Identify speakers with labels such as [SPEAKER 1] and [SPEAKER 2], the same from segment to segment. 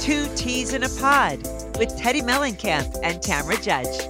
[SPEAKER 1] Two Teas in a Pod with Teddy Mellencamp and Tamra Judge.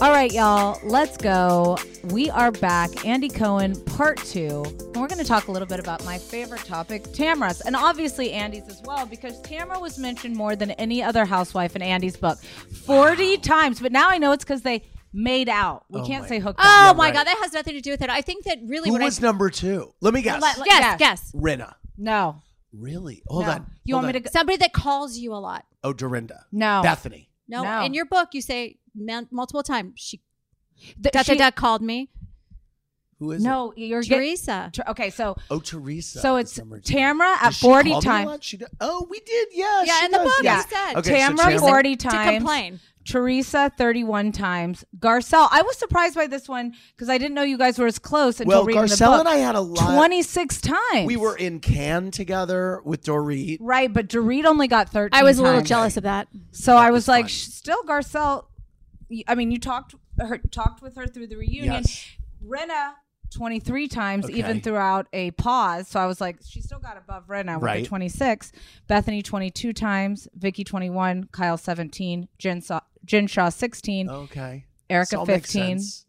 [SPEAKER 2] All right, y'all, let's go. We are back. Andy Cohen, part two. And we're going to talk a little bit about my favorite topic, Tamra's, and obviously Andy's as well, because Tamra was mentioned more than any other housewife in Andy's book 40 times. But now I know it's because they made out. We can't say hooked
[SPEAKER 3] Oh
[SPEAKER 2] up.
[SPEAKER 3] my god, that has nothing to do with it. I think that really
[SPEAKER 4] Who
[SPEAKER 3] what
[SPEAKER 4] was
[SPEAKER 3] I
[SPEAKER 4] number two? Let me guess.
[SPEAKER 3] let- let-
[SPEAKER 2] Yeah.
[SPEAKER 3] guess, guess.
[SPEAKER 4] Rena.
[SPEAKER 2] No.
[SPEAKER 4] Really? Hold
[SPEAKER 2] no.
[SPEAKER 4] on.
[SPEAKER 2] You
[SPEAKER 4] Hold
[SPEAKER 2] want me
[SPEAKER 4] on.
[SPEAKER 2] to go?
[SPEAKER 3] Somebody that calls you a lot.
[SPEAKER 4] Oh, Dorinda.
[SPEAKER 2] No.
[SPEAKER 4] Bethany.
[SPEAKER 3] No,
[SPEAKER 2] No.
[SPEAKER 3] in your book you say mon- multiple times she
[SPEAKER 2] The-
[SPEAKER 3] da,
[SPEAKER 2] she-
[SPEAKER 3] da, da called me.
[SPEAKER 4] Who is it?
[SPEAKER 2] No, you're getting.
[SPEAKER 3] Teresa.
[SPEAKER 2] Okay, so
[SPEAKER 4] Oh, Teresa.
[SPEAKER 2] So
[SPEAKER 4] is
[SPEAKER 2] it's
[SPEAKER 4] number two.
[SPEAKER 2] Tamra at
[SPEAKER 4] Does she
[SPEAKER 2] 40
[SPEAKER 4] call me a
[SPEAKER 2] times.
[SPEAKER 4] lot? She do- oh, we did. Yeah.
[SPEAKER 3] Yeah,
[SPEAKER 4] she
[SPEAKER 3] in the
[SPEAKER 4] does.
[SPEAKER 3] book,
[SPEAKER 4] Yeah.
[SPEAKER 3] you said.
[SPEAKER 4] Okay, so
[SPEAKER 2] Tamra
[SPEAKER 4] Tamra-
[SPEAKER 2] 40
[SPEAKER 3] To
[SPEAKER 2] times.
[SPEAKER 3] complain.
[SPEAKER 2] Teresa 31 times. Garcelle, I was surprised by this one because I didn't know you guys were as close until
[SPEAKER 4] Well,
[SPEAKER 2] reading the
[SPEAKER 4] Garcelle
[SPEAKER 2] book.
[SPEAKER 4] and I had a lot-
[SPEAKER 2] 26 times.
[SPEAKER 4] We were in Cannes together with Dorit.
[SPEAKER 2] right, but Dorit only got 13.
[SPEAKER 3] I was a little
[SPEAKER 2] times.
[SPEAKER 3] jealous of that.
[SPEAKER 2] So I was,
[SPEAKER 4] was
[SPEAKER 2] like,
[SPEAKER 4] fun.
[SPEAKER 2] "Sh- still Garcelle. y- I mean, you talked her talked with her through the reunion.
[SPEAKER 4] Yes.
[SPEAKER 2] Rena 23 times, even
[SPEAKER 4] Okay.
[SPEAKER 2] throughout a pause. So I was like, she still got above Rena with
[SPEAKER 4] Right.
[SPEAKER 2] the 26. Bethany 22 times, Vicky 21, Kyle 17, Jen, Sa- Jen Shaw 16,
[SPEAKER 4] Okay.
[SPEAKER 2] Erica
[SPEAKER 4] This all makes
[SPEAKER 2] 15.
[SPEAKER 4] sense.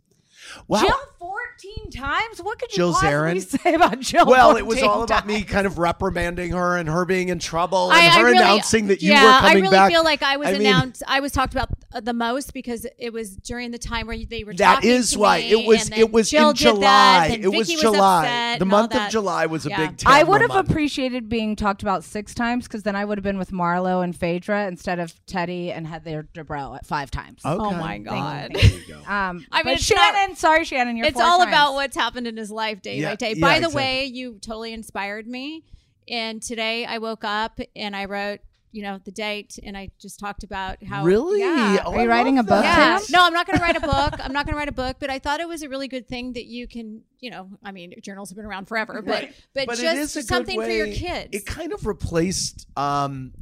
[SPEAKER 4] Wow.
[SPEAKER 2] Jill 14 times? What could you
[SPEAKER 4] Jill
[SPEAKER 2] possibly
[SPEAKER 4] Zarin?
[SPEAKER 2] say about Jill?
[SPEAKER 4] well, it was
[SPEAKER 2] 14
[SPEAKER 4] all about me
[SPEAKER 2] times?
[SPEAKER 4] kind of reprimanding her and her being in trouble
[SPEAKER 3] I-
[SPEAKER 4] and
[SPEAKER 3] I
[SPEAKER 4] her
[SPEAKER 3] really-
[SPEAKER 4] announcing that you
[SPEAKER 3] yeah,
[SPEAKER 4] were coming
[SPEAKER 3] I really
[SPEAKER 4] back.
[SPEAKER 3] feel like I was
[SPEAKER 4] mean,
[SPEAKER 3] announced. I was talked about uh, the most because it was during the time where they were.
[SPEAKER 4] That
[SPEAKER 3] talking
[SPEAKER 4] is
[SPEAKER 3] to
[SPEAKER 4] why
[SPEAKER 3] me,
[SPEAKER 4] it was.
[SPEAKER 3] and then
[SPEAKER 4] It was
[SPEAKER 3] Jill
[SPEAKER 4] in
[SPEAKER 3] did that,
[SPEAKER 4] July.
[SPEAKER 3] then
[SPEAKER 4] it was
[SPEAKER 3] Vicky
[SPEAKER 4] July.
[SPEAKER 3] upset
[SPEAKER 4] the
[SPEAKER 3] and all
[SPEAKER 4] month
[SPEAKER 3] that.
[SPEAKER 4] of July was a
[SPEAKER 3] Yeah.
[SPEAKER 4] big.
[SPEAKER 2] I
[SPEAKER 4] Tamra
[SPEAKER 2] would have
[SPEAKER 4] month.
[SPEAKER 2] appreciated being talked about six times because then I would have been with Marlo and Phaedra instead of Teddy and had their Debro at five times.
[SPEAKER 3] Oh
[SPEAKER 4] Okay.
[SPEAKER 3] my god.
[SPEAKER 2] Um,
[SPEAKER 3] I mean,
[SPEAKER 2] I mean,
[SPEAKER 3] it's not-
[SPEAKER 2] Shannon, sorry, Shannon, you're
[SPEAKER 3] it's
[SPEAKER 2] four
[SPEAKER 3] all
[SPEAKER 2] times.
[SPEAKER 3] about what's happened in his life day
[SPEAKER 4] Yeah,
[SPEAKER 3] by day.
[SPEAKER 4] yeah,
[SPEAKER 3] by the
[SPEAKER 4] exactly.
[SPEAKER 3] way, you totally inspired me. And today I woke up and I wrote, you know, the date and I just talked about how
[SPEAKER 4] Really?
[SPEAKER 3] Yeah.
[SPEAKER 4] Oh,
[SPEAKER 2] Are you
[SPEAKER 4] I
[SPEAKER 2] writing
[SPEAKER 4] love
[SPEAKER 2] a book,
[SPEAKER 3] Yeah.
[SPEAKER 4] that.
[SPEAKER 2] Tam?
[SPEAKER 3] No, I'm not going to write a book. I'm not going to write a book, but I thought it was a really good thing that you can, you know, I mean, journals have been around forever, but but,
[SPEAKER 4] But it is
[SPEAKER 3] just
[SPEAKER 4] a good
[SPEAKER 3] something for your
[SPEAKER 4] way-
[SPEAKER 3] kids.
[SPEAKER 4] It kind of replaced, um,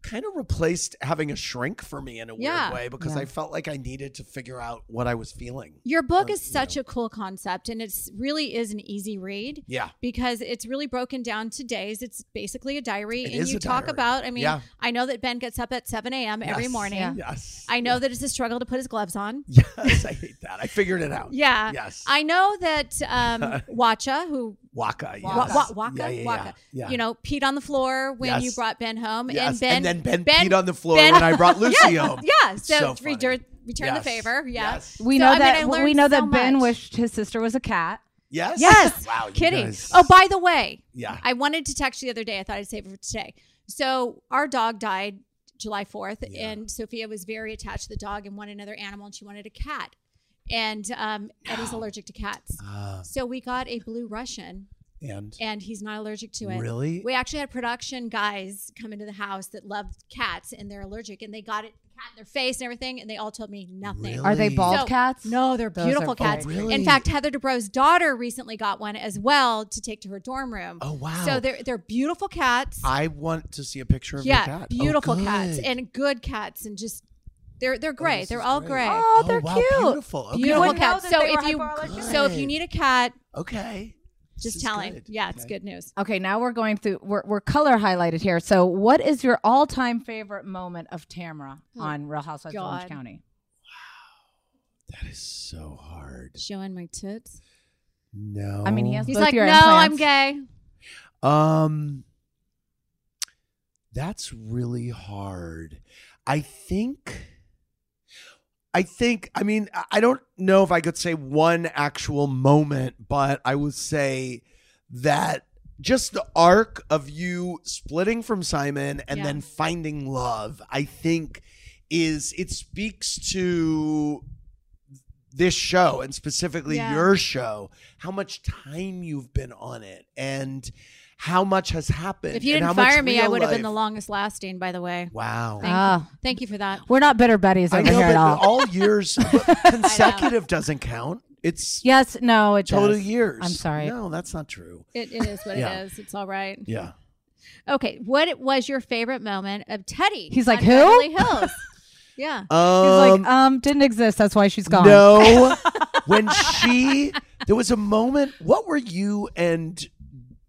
[SPEAKER 4] kind of replaced having a shrink for me in a
[SPEAKER 3] Yeah.
[SPEAKER 4] weird way because I felt like I needed to figure out what I was feeling.
[SPEAKER 3] your
[SPEAKER 4] Oh,
[SPEAKER 3] book is such a cool concept and it's really is an easy read.
[SPEAKER 4] Yeah.
[SPEAKER 3] because it's really broken down to days. It's basically a diary,
[SPEAKER 4] It
[SPEAKER 3] and
[SPEAKER 4] is
[SPEAKER 3] you
[SPEAKER 4] a
[SPEAKER 3] talk
[SPEAKER 4] diary.
[SPEAKER 3] about. I mean,
[SPEAKER 4] Yeah.
[SPEAKER 3] I know that Ben gets up at seven a.m. every
[SPEAKER 4] Yes.
[SPEAKER 3] morning.
[SPEAKER 2] Yeah.
[SPEAKER 4] Yes.
[SPEAKER 3] I know that it's a struggle to put his gloves on.
[SPEAKER 4] Yes, I hate that. I figured it out.
[SPEAKER 3] Yeah.
[SPEAKER 4] Yes.
[SPEAKER 3] I know that um, Wacha, who
[SPEAKER 4] Waka. Yes.
[SPEAKER 3] Wa- Wa- Waka,
[SPEAKER 4] Yeah, yeah,
[SPEAKER 3] Waka,
[SPEAKER 4] yeah, yeah.
[SPEAKER 3] you know, peed on the floor when you
[SPEAKER 4] Yes.
[SPEAKER 3] brought Ben home,
[SPEAKER 4] Yes.
[SPEAKER 3] and Ben,
[SPEAKER 4] then Ben, peed on the floor when I brought Lucy home.
[SPEAKER 3] yeah, so,
[SPEAKER 4] So funny.
[SPEAKER 3] return, return
[SPEAKER 4] Yes.
[SPEAKER 3] the favor. Yeah,
[SPEAKER 4] Yes.
[SPEAKER 2] We
[SPEAKER 3] So,
[SPEAKER 2] know
[SPEAKER 3] I mean,
[SPEAKER 2] that
[SPEAKER 3] I
[SPEAKER 2] we
[SPEAKER 3] learned
[SPEAKER 2] know
[SPEAKER 3] so
[SPEAKER 2] that Ben
[SPEAKER 3] much.
[SPEAKER 2] wished his sister was a cat.
[SPEAKER 4] Yes.
[SPEAKER 3] Yes.
[SPEAKER 4] Wow. you
[SPEAKER 3] Kitty.
[SPEAKER 4] guys-
[SPEAKER 3] Oh, by the way,
[SPEAKER 4] Yeah.
[SPEAKER 3] I wanted to text you the other day. I thought I'd save it for today. So our dog died July 4th,
[SPEAKER 4] Yeah.
[SPEAKER 3] and Sophia was very attached to the dog and wanted another animal, and she wanted a cat. And um, Eddie's allergic to cats.
[SPEAKER 4] Ah.
[SPEAKER 3] So we got a blue Russian
[SPEAKER 5] And,
[SPEAKER 3] and he's not allergic to it.
[SPEAKER 5] really?
[SPEAKER 3] We actually had production guys come into the house that loved cats and they're allergic and they got it cat in their face and everything and they all told me nothing.
[SPEAKER 5] Really?
[SPEAKER 2] Are they bald
[SPEAKER 3] So-
[SPEAKER 2] cats?
[SPEAKER 3] No, they're
[SPEAKER 2] Those are
[SPEAKER 3] beautiful cats.
[SPEAKER 5] Oh, really?
[SPEAKER 3] In fact, Heather DeBro's daughter recently got one as well to take to her dorm room.
[SPEAKER 5] oh wow.
[SPEAKER 3] So they're they're beautiful cats.
[SPEAKER 5] I want to see a picture of your
[SPEAKER 3] yeah,
[SPEAKER 5] cat. Oh,
[SPEAKER 3] beautiful cats
[SPEAKER 5] good. Oh,
[SPEAKER 3] and good cats and just they're they're great.
[SPEAKER 5] this
[SPEAKER 3] they're
[SPEAKER 5] is
[SPEAKER 3] all
[SPEAKER 5] great.
[SPEAKER 3] great.
[SPEAKER 2] Oh, they're
[SPEAKER 5] wow,
[SPEAKER 2] cute.
[SPEAKER 5] Beautiful. Okay.
[SPEAKER 2] You
[SPEAKER 3] Beautiful
[SPEAKER 2] wouldn't know
[SPEAKER 3] cats.
[SPEAKER 2] that
[SPEAKER 3] So
[SPEAKER 2] they were
[SPEAKER 3] if you
[SPEAKER 2] hypoallergenic.
[SPEAKER 3] so if you need a cat,
[SPEAKER 5] Okay. This
[SPEAKER 3] just
[SPEAKER 5] is
[SPEAKER 3] tell him.
[SPEAKER 5] good.
[SPEAKER 3] Yeah, it's
[SPEAKER 5] Okay.
[SPEAKER 3] good news.
[SPEAKER 2] Okay, now we're going through. We're, we're color highlighted here. So, what is your all-time favorite moment of Tamra
[SPEAKER 3] Oh,
[SPEAKER 2] on Real Housewives of Orange
[SPEAKER 3] God.
[SPEAKER 2] County?
[SPEAKER 5] That is so hard.
[SPEAKER 3] Showing my tits.
[SPEAKER 5] No.
[SPEAKER 2] I mean, he has-
[SPEAKER 3] He's
[SPEAKER 2] Both
[SPEAKER 3] like, no,
[SPEAKER 2] your
[SPEAKER 3] I'm
[SPEAKER 2] implants."
[SPEAKER 3] gay.
[SPEAKER 5] Um, that's really hard. I think. I think. I mean, I- I don't know if I could say one actual moment, but I would say that just the arc of you splitting from Simon and
[SPEAKER 3] Yeah.
[SPEAKER 5] then finding love. I think is it speaks to this show and specifically
[SPEAKER 3] Yeah.
[SPEAKER 5] your show how much time you've been on it and how much has happened
[SPEAKER 3] If you
[SPEAKER 5] and how
[SPEAKER 3] didn't
[SPEAKER 5] much
[SPEAKER 3] fire me, I
[SPEAKER 5] real
[SPEAKER 3] would have been the
[SPEAKER 5] life-
[SPEAKER 3] longest lasting, by the way.
[SPEAKER 5] wow
[SPEAKER 3] Thank,
[SPEAKER 2] Ah.
[SPEAKER 3] thank you for that.
[SPEAKER 2] We're not bitter buddies
[SPEAKER 5] I
[SPEAKER 2] over
[SPEAKER 5] know,
[SPEAKER 2] here
[SPEAKER 5] but
[SPEAKER 2] at all.
[SPEAKER 5] all years but consecutive doesn't count it's
[SPEAKER 2] yes, no, it
[SPEAKER 5] total
[SPEAKER 2] does.
[SPEAKER 5] years
[SPEAKER 2] I'm sorry.
[SPEAKER 5] no that's not true
[SPEAKER 3] It, it is what
[SPEAKER 5] Yeah.
[SPEAKER 3] it is. It's all right.
[SPEAKER 5] yeah
[SPEAKER 3] Okay, what was your favorite moment of Teddy?
[SPEAKER 2] He's like,
[SPEAKER 3] on
[SPEAKER 2] "Who?"
[SPEAKER 3] Beverly Hills. yeah.
[SPEAKER 5] um,
[SPEAKER 2] He's like, um, didn't exist. That's why she's gone.
[SPEAKER 5] No. when she there was a moment, what were you and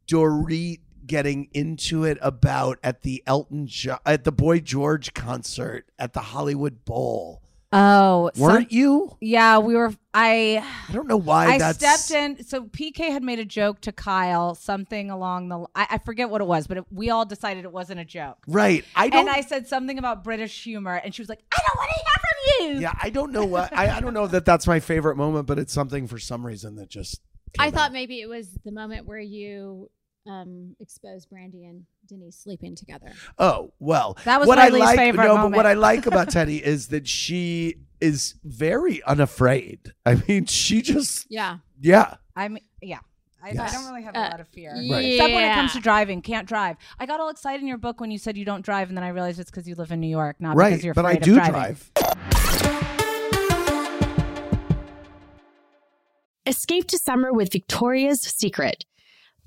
[SPEAKER 5] Dorit getting into it about at the Elton jo- at the Boy George concert at the Hollywood Bowl?
[SPEAKER 2] Oh, some-
[SPEAKER 5] Weren't you?
[SPEAKER 2] yeah, we were. I
[SPEAKER 5] I don't know why
[SPEAKER 2] I
[SPEAKER 5] that's
[SPEAKER 2] stepped in. So PK had made a joke to Kyle, something along the. I, I forget what it was, but it, we all decided it wasn't a joke.
[SPEAKER 5] Right. I don't
[SPEAKER 2] And I said something about British humor, and she was like, "I don't want to hear from you."
[SPEAKER 5] Yeah, I don't know what I, I don't know that that's my favorite moment, but it's something for some reason that just came
[SPEAKER 3] I thought
[SPEAKER 5] out.
[SPEAKER 3] maybe it was the moment where you um, exposed Brandy and Denise sleeping together.
[SPEAKER 5] Oh well,
[SPEAKER 2] That was
[SPEAKER 5] what
[SPEAKER 2] my
[SPEAKER 5] I
[SPEAKER 2] least
[SPEAKER 5] like,
[SPEAKER 2] favorite
[SPEAKER 5] No,
[SPEAKER 2] moment.
[SPEAKER 5] but what I like about Teddy is that she is very unafraid. I mean, she just
[SPEAKER 3] Yeah.
[SPEAKER 5] yeah.
[SPEAKER 2] I'm. Yeah, I, I
[SPEAKER 5] Yes.
[SPEAKER 2] don't really have a
[SPEAKER 3] Uh,
[SPEAKER 2] lot of fear.
[SPEAKER 5] Right.
[SPEAKER 2] Except when it comes to driving, can't drive. I got all excited in your book when you said you don't drive, and then I realized it's because you live in New York, not
[SPEAKER 5] right,
[SPEAKER 2] because you're
[SPEAKER 5] but I
[SPEAKER 2] afraid
[SPEAKER 5] do
[SPEAKER 2] of driving.
[SPEAKER 5] drive.
[SPEAKER 6] Escape to summer with Victoria's Secret.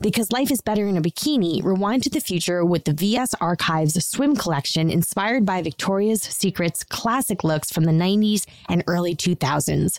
[SPEAKER 6] Because life is better in a bikini, rewind to the future with the VS Archives swim collection inspired by Victoria's Secret's classic looks from the 90s and early 2000s.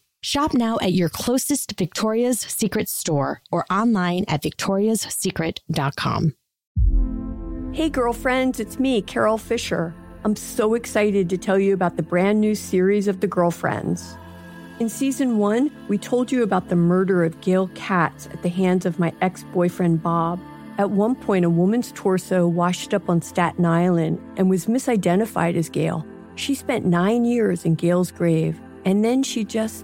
[SPEAKER 6] Shop now at your closest Victoria's Secret store or online at victoriassecret.com.
[SPEAKER 7] Hey, girlfriends, it's me, Carol Fisher. I'm so excited to tell you about the brand new series of The Girlfriends. In season one, we told you about the murder of Gail Katz at the hands of my ex boyfriend, Bob. At one point, a woman's torso washed up on Staten Island and was misidentified as Gail. She spent nine years in Gail's grave, and then she just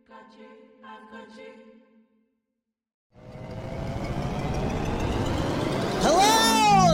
[SPEAKER 1] Hello,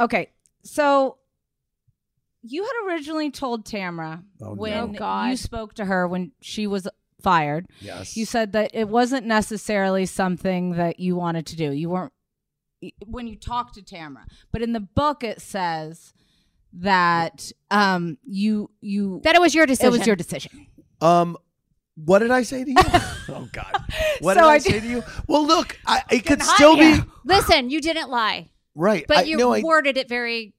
[SPEAKER 2] Okay, so you had originally told Tamra
[SPEAKER 8] Oh, no.
[SPEAKER 2] when
[SPEAKER 8] Oh, God.
[SPEAKER 2] you spoke to her when she was fired.
[SPEAKER 8] Yes.
[SPEAKER 2] you said that it wasn't necessarily something that you wanted to do. You weren't when you talked to Tamra, but in the book it says that um you you
[SPEAKER 3] That it was your
[SPEAKER 2] It was
[SPEAKER 3] decision.
[SPEAKER 2] your decision.
[SPEAKER 5] Um, what did I say to you? oh God, what
[SPEAKER 3] So
[SPEAKER 5] did I,
[SPEAKER 3] I
[SPEAKER 5] say
[SPEAKER 3] did-
[SPEAKER 5] to you? Well, look, I, it could still be
[SPEAKER 3] Listen, you didn't lie,
[SPEAKER 5] right.
[SPEAKER 3] but
[SPEAKER 5] I,
[SPEAKER 3] you
[SPEAKER 5] no, I,
[SPEAKER 3] worded it very.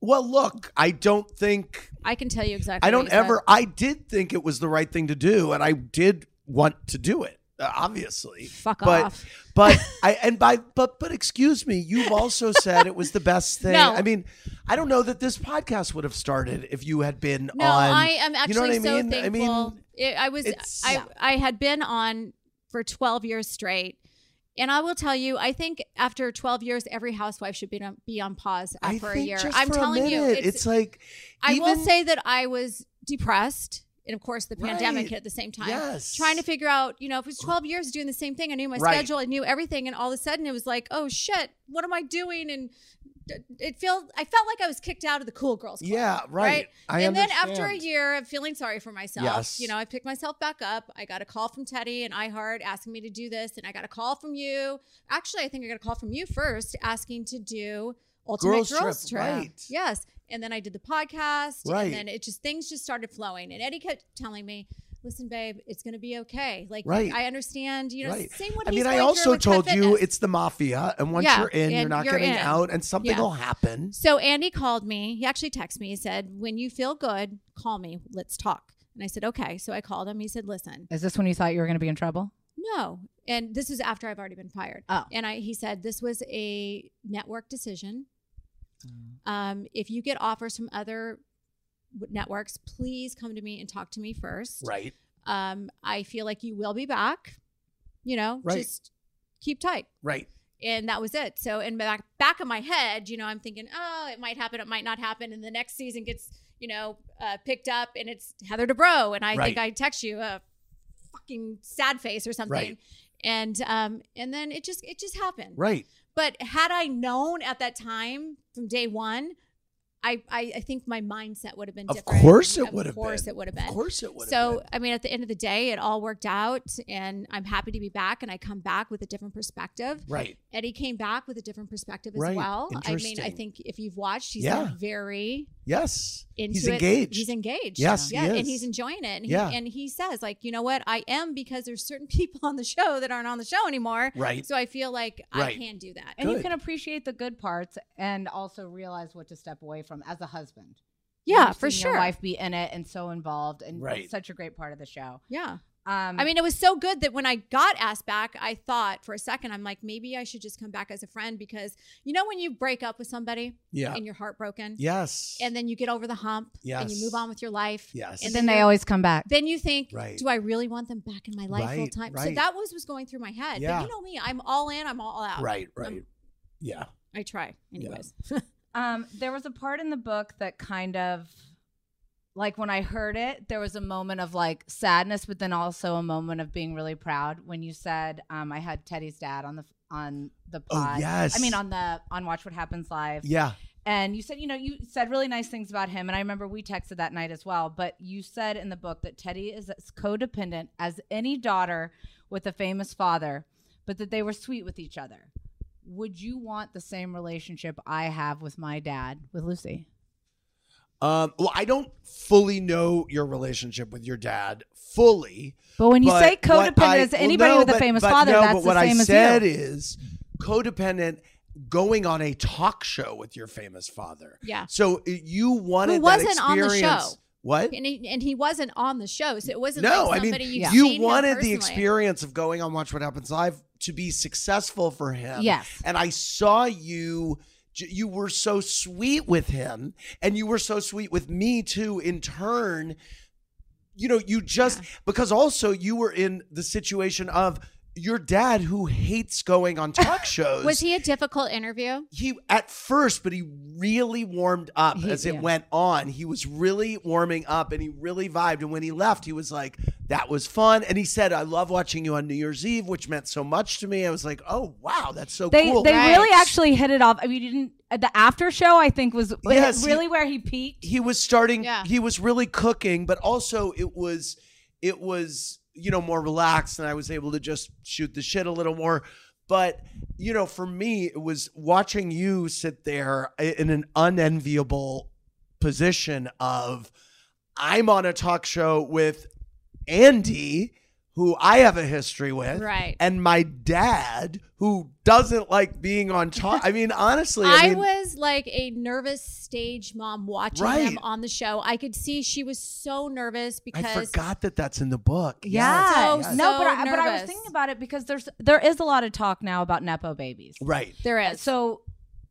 [SPEAKER 5] well, look, I don't think
[SPEAKER 3] I can tell you exactly.
[SPEAKER 5] I
[SPEAKER 3] what
[SPEAKER 5] don't
[SPEAKER 3] you said.
[SPEAKER 5] ever. I did think it was the right thing to do, and I did want to do it. uh, Obviously,
[SPEAKER 2] fuck
[SPEAKER 5] but,
[SPEAKER 3] off.
[SPEAKER 5] But I and by but but excuse me, you've also said it was the best thing.
[SPEAKER 3] No.
[SPEAKER 5] I mean, I don't know that this podcast would have started if you had been
[SPEAKER 3] No,
[SPEAKER 5] on.
[SPEAKER 3] I am actually
[SPEAKER 5] you know what I mean?
[SPEAKER 3] so thankful.
[SPEAKER 5] I mean,
[SPEAKER 3] It- I was
[SPEAKER 5] it's-
[SPEAKER 3] I I had been on for 12 years straight. And I will tell you, I think after 12 years, every housewife should be on, be on pause
[SPEAKER 5] I
[SPEAKER 3] for a
[SPEAKER 5] think
[SPEAKER 3] year.
[SPEAKER 5] just
[SPEAKER 3] I'm
[SPEAKER 5] for a
[SPEAKER 3] telling you,
[SPEAKER 5] minute, it's like
[SPEAKER 3] I will
[SPEAKER 5] even-
[SPEAKER 3] say that I was depressed. And of course, the pandemic
[SPEAKER 5] Right.
[SPEAKER 3] hit at the same time.
[SPEAKER 5] Yes.
[SPEAKER 3] Trying to figure out, you know, if it was 12 years doing the same thing, I knew my
[SPEAKER 5] Right.
[SPEAKER 3] schedule, I knew everything. And all of a sudden it was like, oh shit, what am I doing? And d- it felt, I felt like I was kicked out of the cool girls. Club,
[SPEAKER 5] Yeah, right. I
[SPEAKER 3] and then after a
[SPEAKER 5] understand.
[SPEAKER 3] year of feeling sorry for myself,
[SPEAKER 5] Yes.
[SPEAKER 3] you know, I picked myself back up. I got a call from Teddy and iHeart asking me to do this. And I got a call from you. Actually, I think I got a call from you first asking to do Ultimate
[SPEAKER 5] Girls
[SPEAKER 3] Girls,
[SPEAKER 5] Trip,
[SPEAKER 3] Trip.
[SPEAKER 5] right.
[SPEAKER 3] Yes. And then I did the podcast.
[SPEAKER 5] Right.
[SPEAKER 3] And then it just things just started flowing. And Eddie kept telling me, listen, babe, it's gonna be okay. Like
[SPEAKER 5] Right.
[SPEAKER 3] I understand, you know,
[SPEAKER 5] right.
[SPEAKER 3] same what
[SPEAKER 5] I
[SPEAKER 3] he's
[SPEAKER 5] mean, I
[SPEAKER 3] going through
[SPEAKER 5] also
[SPEAKER 3] with Cut
[SPEAKER 5] told you
[SPEAKER 3] Fitness.
[SPEAKER 5] it's the mafia, and once
[SPEAKER 3] Yeah,
[SPEAKER 5] you're in, you're
[SPEAKER 3] and
[SPEAKER 5] not
[SPEAKER 3] you're
[SPEAKER 5] getting
[SPEAKER 3] in.
[SPEAKER 5] out, and something
[SPEAKER 3] Yeah.
[SPEAKER 5] will happen.
[SPEAKER 3] So Andy called me. He actually texted me. He said, When you feel good, call me. Let's talk. And I said, Okay. So I called him. He said, Listen,
[SPEAKER 2] Is this when you thought you were going to be in trouble?
[SPEAKER 3] no. And this was after I've already been fired. Oh. And I he said, This was a network decision. Um, if you get offers from other w- networks, please come to me and talk to me first.
[SPEAKER 5] Right.
[SPEAKER 3] Um, I feel like you will be back. You know,
[SPEAKER 5] Right.
[SPEAKER 3] just keep tight
[SPEAKER 5] Right.
[SPEAKER 3] and that was it. So in back back of my head, you know, I'm thinking, oh, it might happen, it might not happen, and the next season gets you know uh, picked up, and it's Heather Dubrow, and I
[SPEAKER 9] Right.
[SPEAKER 3] think I text you a fucking sad face or something,
[SPEAKER 9] Right.
[SPEAKER 3] and um and then it just it just happened,
[SPEAKER 5] Right.
[SPEAKER 3] But had I known at that time from day one. I, I, I think my mindset would have been
[SPEAKER 5] Of
[SPEAKER 3] different.
[SPEAKER 5] course it would have
[SPEAKER 3] Of course
[SPEAKER 5] been.
[SPEAKER 3] it would have
[SPEAKER 5] Of
[SPEAKER 3] been.
[SPEAKER 5] course it would have
[SPEAKER 3] So, I mean, at the end of the day, it all worked out, and I'm happy to be back, and I come back with a different perspective.
[SPEAKER 5] Right.
[SPEAKER 3] Eddie came back with a different perspective as
[SPEAKER 5] Right.
[SPEAKER 3] well. I mean, I
[SPEAKER 5] Interesting.
[SPEAKER 3] think if you've watched, he's
[SPEAKER 5] Yeah.
[SPEAKER 3] very
[SPEAKER 5] Yes.
[SPEAKER 3] into
[SPEAKER 5] He's
[SPEAKER 3] it.
[SPEAKER 5] engaged.
[SPEAKER 3] He's engaged.
[SPEAKER 5] Yes, he
[SPEAKER 3] yeah,
[SPEAKER 5] is.
[SPEAKER 3] and he's enjoying it. And
[SPEAKER 5] Yeah.
[SPEAKER 3] he and he says, like, you know what, I am because there's certain people on the show that aren't on the show anymore.
[SPEAKER 2] Right.
[SPEAKER 3] So I feel like
[SPEAKER 2] Right.
[SPEAKER 3] I can do that.
[SPEAKER 2] And you can appreciate the good parts and also realize what to step away from as a husband.
[SPEAKER 3] Yeah,
[SPEAKER 2] You've
[SPEAKER 3] for
[SPEAKER 2] seen your
[SPEAKER 3] sure.
[SPEAKER 2] wife be in it and so involved and
[SPEAKER 3] Right.
[SPEAKER 2] such a great part of the show.
[SPEAKER 3] Yeah.
[SPEAKER 2] Um,
[SPEAKER 3] I mean, it was so good that when I got asked back, I thought for a second, I'm like, maybe I should just come back as a friend because you know when you break up with somebody,
[SPEAKER 2] Yeah.
[SPEAKER 3] and you're heartbroken,
[SPEAKER 5] Yes.
[SPEAKER 3] and then you get over the hump, and
[SPEAKER 2] Yes.
[SPEAKER 3] you move on with your life,
[SPEAKER 5] Yes.
[SPEAKER 2] But then they always come back.
[SPEAKER 3] Then you think,
[SPEAKER 2] Right.
[SPEAKER 3] do I really want them back in my life full
[SPEAKER 2] Right,
[SPEAKER 3] time? So
[SPEAKER 2] right.
[SPEAKER 3] that was was going through my head.
[SPEAKER 2] Yeah.
[SPEAKER 3] But you know me, I'm all in, I'm all out.
[SPEAKER 5] Right.
[SPEAKER 3] I'm-
[SPEAKER 5] Right. Yeah.
[SPEAKER 3] I try, anyways.
[SPEAKER 2] Um, there was a part in the book that kind of like when I heard it, there was a moment of like sadness, but then also a moment of being really proud when you said, um, I had Teddy's dad on the on the
[SPEAKER 5] Oh,
[SPEAKER 2] pod.
[SPEAKER 5] yes.
[SPEAKER 2] I mean on the on Watch What Happens Live.
[SPEAKER 5] Yeah.
[SPEAKER 2] And you said, you know, you said really nice things about him. And I remember we texted that night as well. But you said in the book that Teddy is as codependent as any daughter with a famous father, but that they were sweet with each other. Would you want the same relationship I have with my dad, with Lucy?
[SPEAKER 5] Um, well, I don't fully know your relationship with your dad fully.
[SPEAKER 2] But when you say
[SPEAKER 5] what
[SPEAKER 2] codependent as anybody with a famous father,
[SPEAKER 5] no,
[SPEAKER 2] that's
[SPEAKER 5] but
[SPEAKER 2] the
[SPEAKER 5] what
[SPEAKER 2] same
[SPEAKER 5] I
[SPEAKER 2] as
[SPEAKER 5] said
[SPEAKER 2] you.
[SPEAKER 5] is codependent going on a talk show with your famous father.
[SPEAKER 3] Yeah.
[SPEAKER 5] So uh, you wanted
[SPEAKER 3] Who
[SPEAKER 5] that
[SPEAKER 3] wasn't on the
[SPEAKER 5] experience.
[SPEAKER 3] show.
[SPEAKER 5] What?
[SPEAKER 3] And he, and he wasn't on the show, so it wasn't
[SPEAKER 5] no,
[SPEAKER 3] like
[SPEAKER 5] I mean
[SPEAKER 3] somebody you've
[SPEAKER 5] you
[SPEAKER 3] seen him
[SPEAKER 5] wanted the
[SPEAKER 3] personally.
[SPEAKER 5] experience of going on Watch What Happens Live to be successful for him.
[SPEAKER 3] Yes.
[SPEAKER 5] And I saw you j- you were so sweet with him and you were so sweet with me too in turn. You know, you just because also you were in the situation of your dad who hates going on talk shows
[SPEAKER 3] Was he a difficult interview?
[SPEAKER 5] he at first, but he really warmed up as it
[SPEAKER 3] yeah.
[SPEAKER 5] went on. He was really warming up and he really vibed. And when he left, he was like, that was fun. And he said, I love watching you on New Year's Eve, which meant so much to me. I was like, oh, wow, that's so
[SPEAKER 2] they
[SPEAKER 5] cool.
[SPEAKER 2] they really actually hit it off. I mean, you didn't uh, the after show I think was
[SPEAKER 5] Yes, he-
[SPEAKER 2] really where he peaked.
[SPEAKER 5] He was starting,
[SPEAKER 2] Yeah.
[SPEAKER 5] he was really cooking, but also it was, it was, you know, more relaxed and I was able to just shoot the shit a little more. But, you know, for me, it was watching you sit there i- in an unenviable position of I'm on a talk show with Andy, who I have a history with,
[SPEAKER 3] Right.
[SPEAKER 5] and my dad, who doesn't like being on talk. I mean, honestly, I,
[SPEAKER 3] I,
[SPEAKER 5] mean,
[SPEAKER 3] was like a nervous stage mom watching
[SPEAKER 5] Right.
[SPEAKER 3] them on the show. I could see she was so nervous
[SPEAKER 5] I
[SPEAKER 3] because
[SPEAKER 5] forgot that that's in the book.
[SPEAKER 2] Yeah.
[SPEAKER 3] So, so
[SPEAKER 2] no, but I, but I was
[SPEAKER 3] nervous.
[SPEAKER 2] thinking about it because there's there is a lot of talk now about nepo babies.
[SPEAKER 5] Right.
[SPEAKER 3] There is.
[SPEAKER 2] So,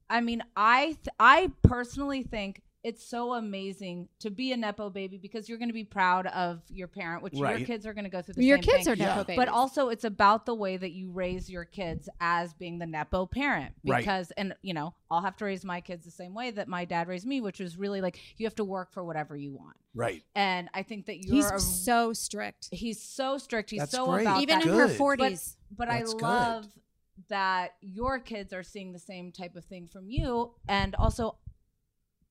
[SPEAKER 2] I mean, I th- I personally think it's so amazing to be a nepo baby because you're going to be proud of your parent, which your
[SPEAKER 3] Right.
[SPEAKER 2] kids are going to go through the
[SPEAKER 3] Your
[SPEAKER 2] same
[SPEAKER 3] kids
[SPEAKER 2] thing.
[SPEAKER 3] are nepo Yeah.
[SPEAKER 2] But
[SPEAKER 3] babies.
[SPEAKER 2] also, it's about the way that you raise your kids as being the nepo parent
[SPEAKER 3] Right.
[SPEAKER 2] because, and you know, I'll have to raise my kids the same way that my dad raised me, which was really like you have to work for whatever you want.
[SPEAKER 5] Right.
[SPEAKER 2] And I think that you're
[SPEAKER 3] He's
[SPEAKER 2] a-
[SPEAKER 3] so strict.
[SPEAKER 2] He's so strict. He's
[SPEAKER 3] That's
[SPEAKER 2] so
[SPEAKER 3] great.
[SPEAKER 2] about
[SPEAKER 3] Even
[SPEAKER 2] that.
[SPEAKER 3] in her Good. 40s.
[SPEAKER 2] But, but I
[SPEAKER 3] That's good.
[SPEAKER 2] love that your kids are seeing the same type of thing from you, and also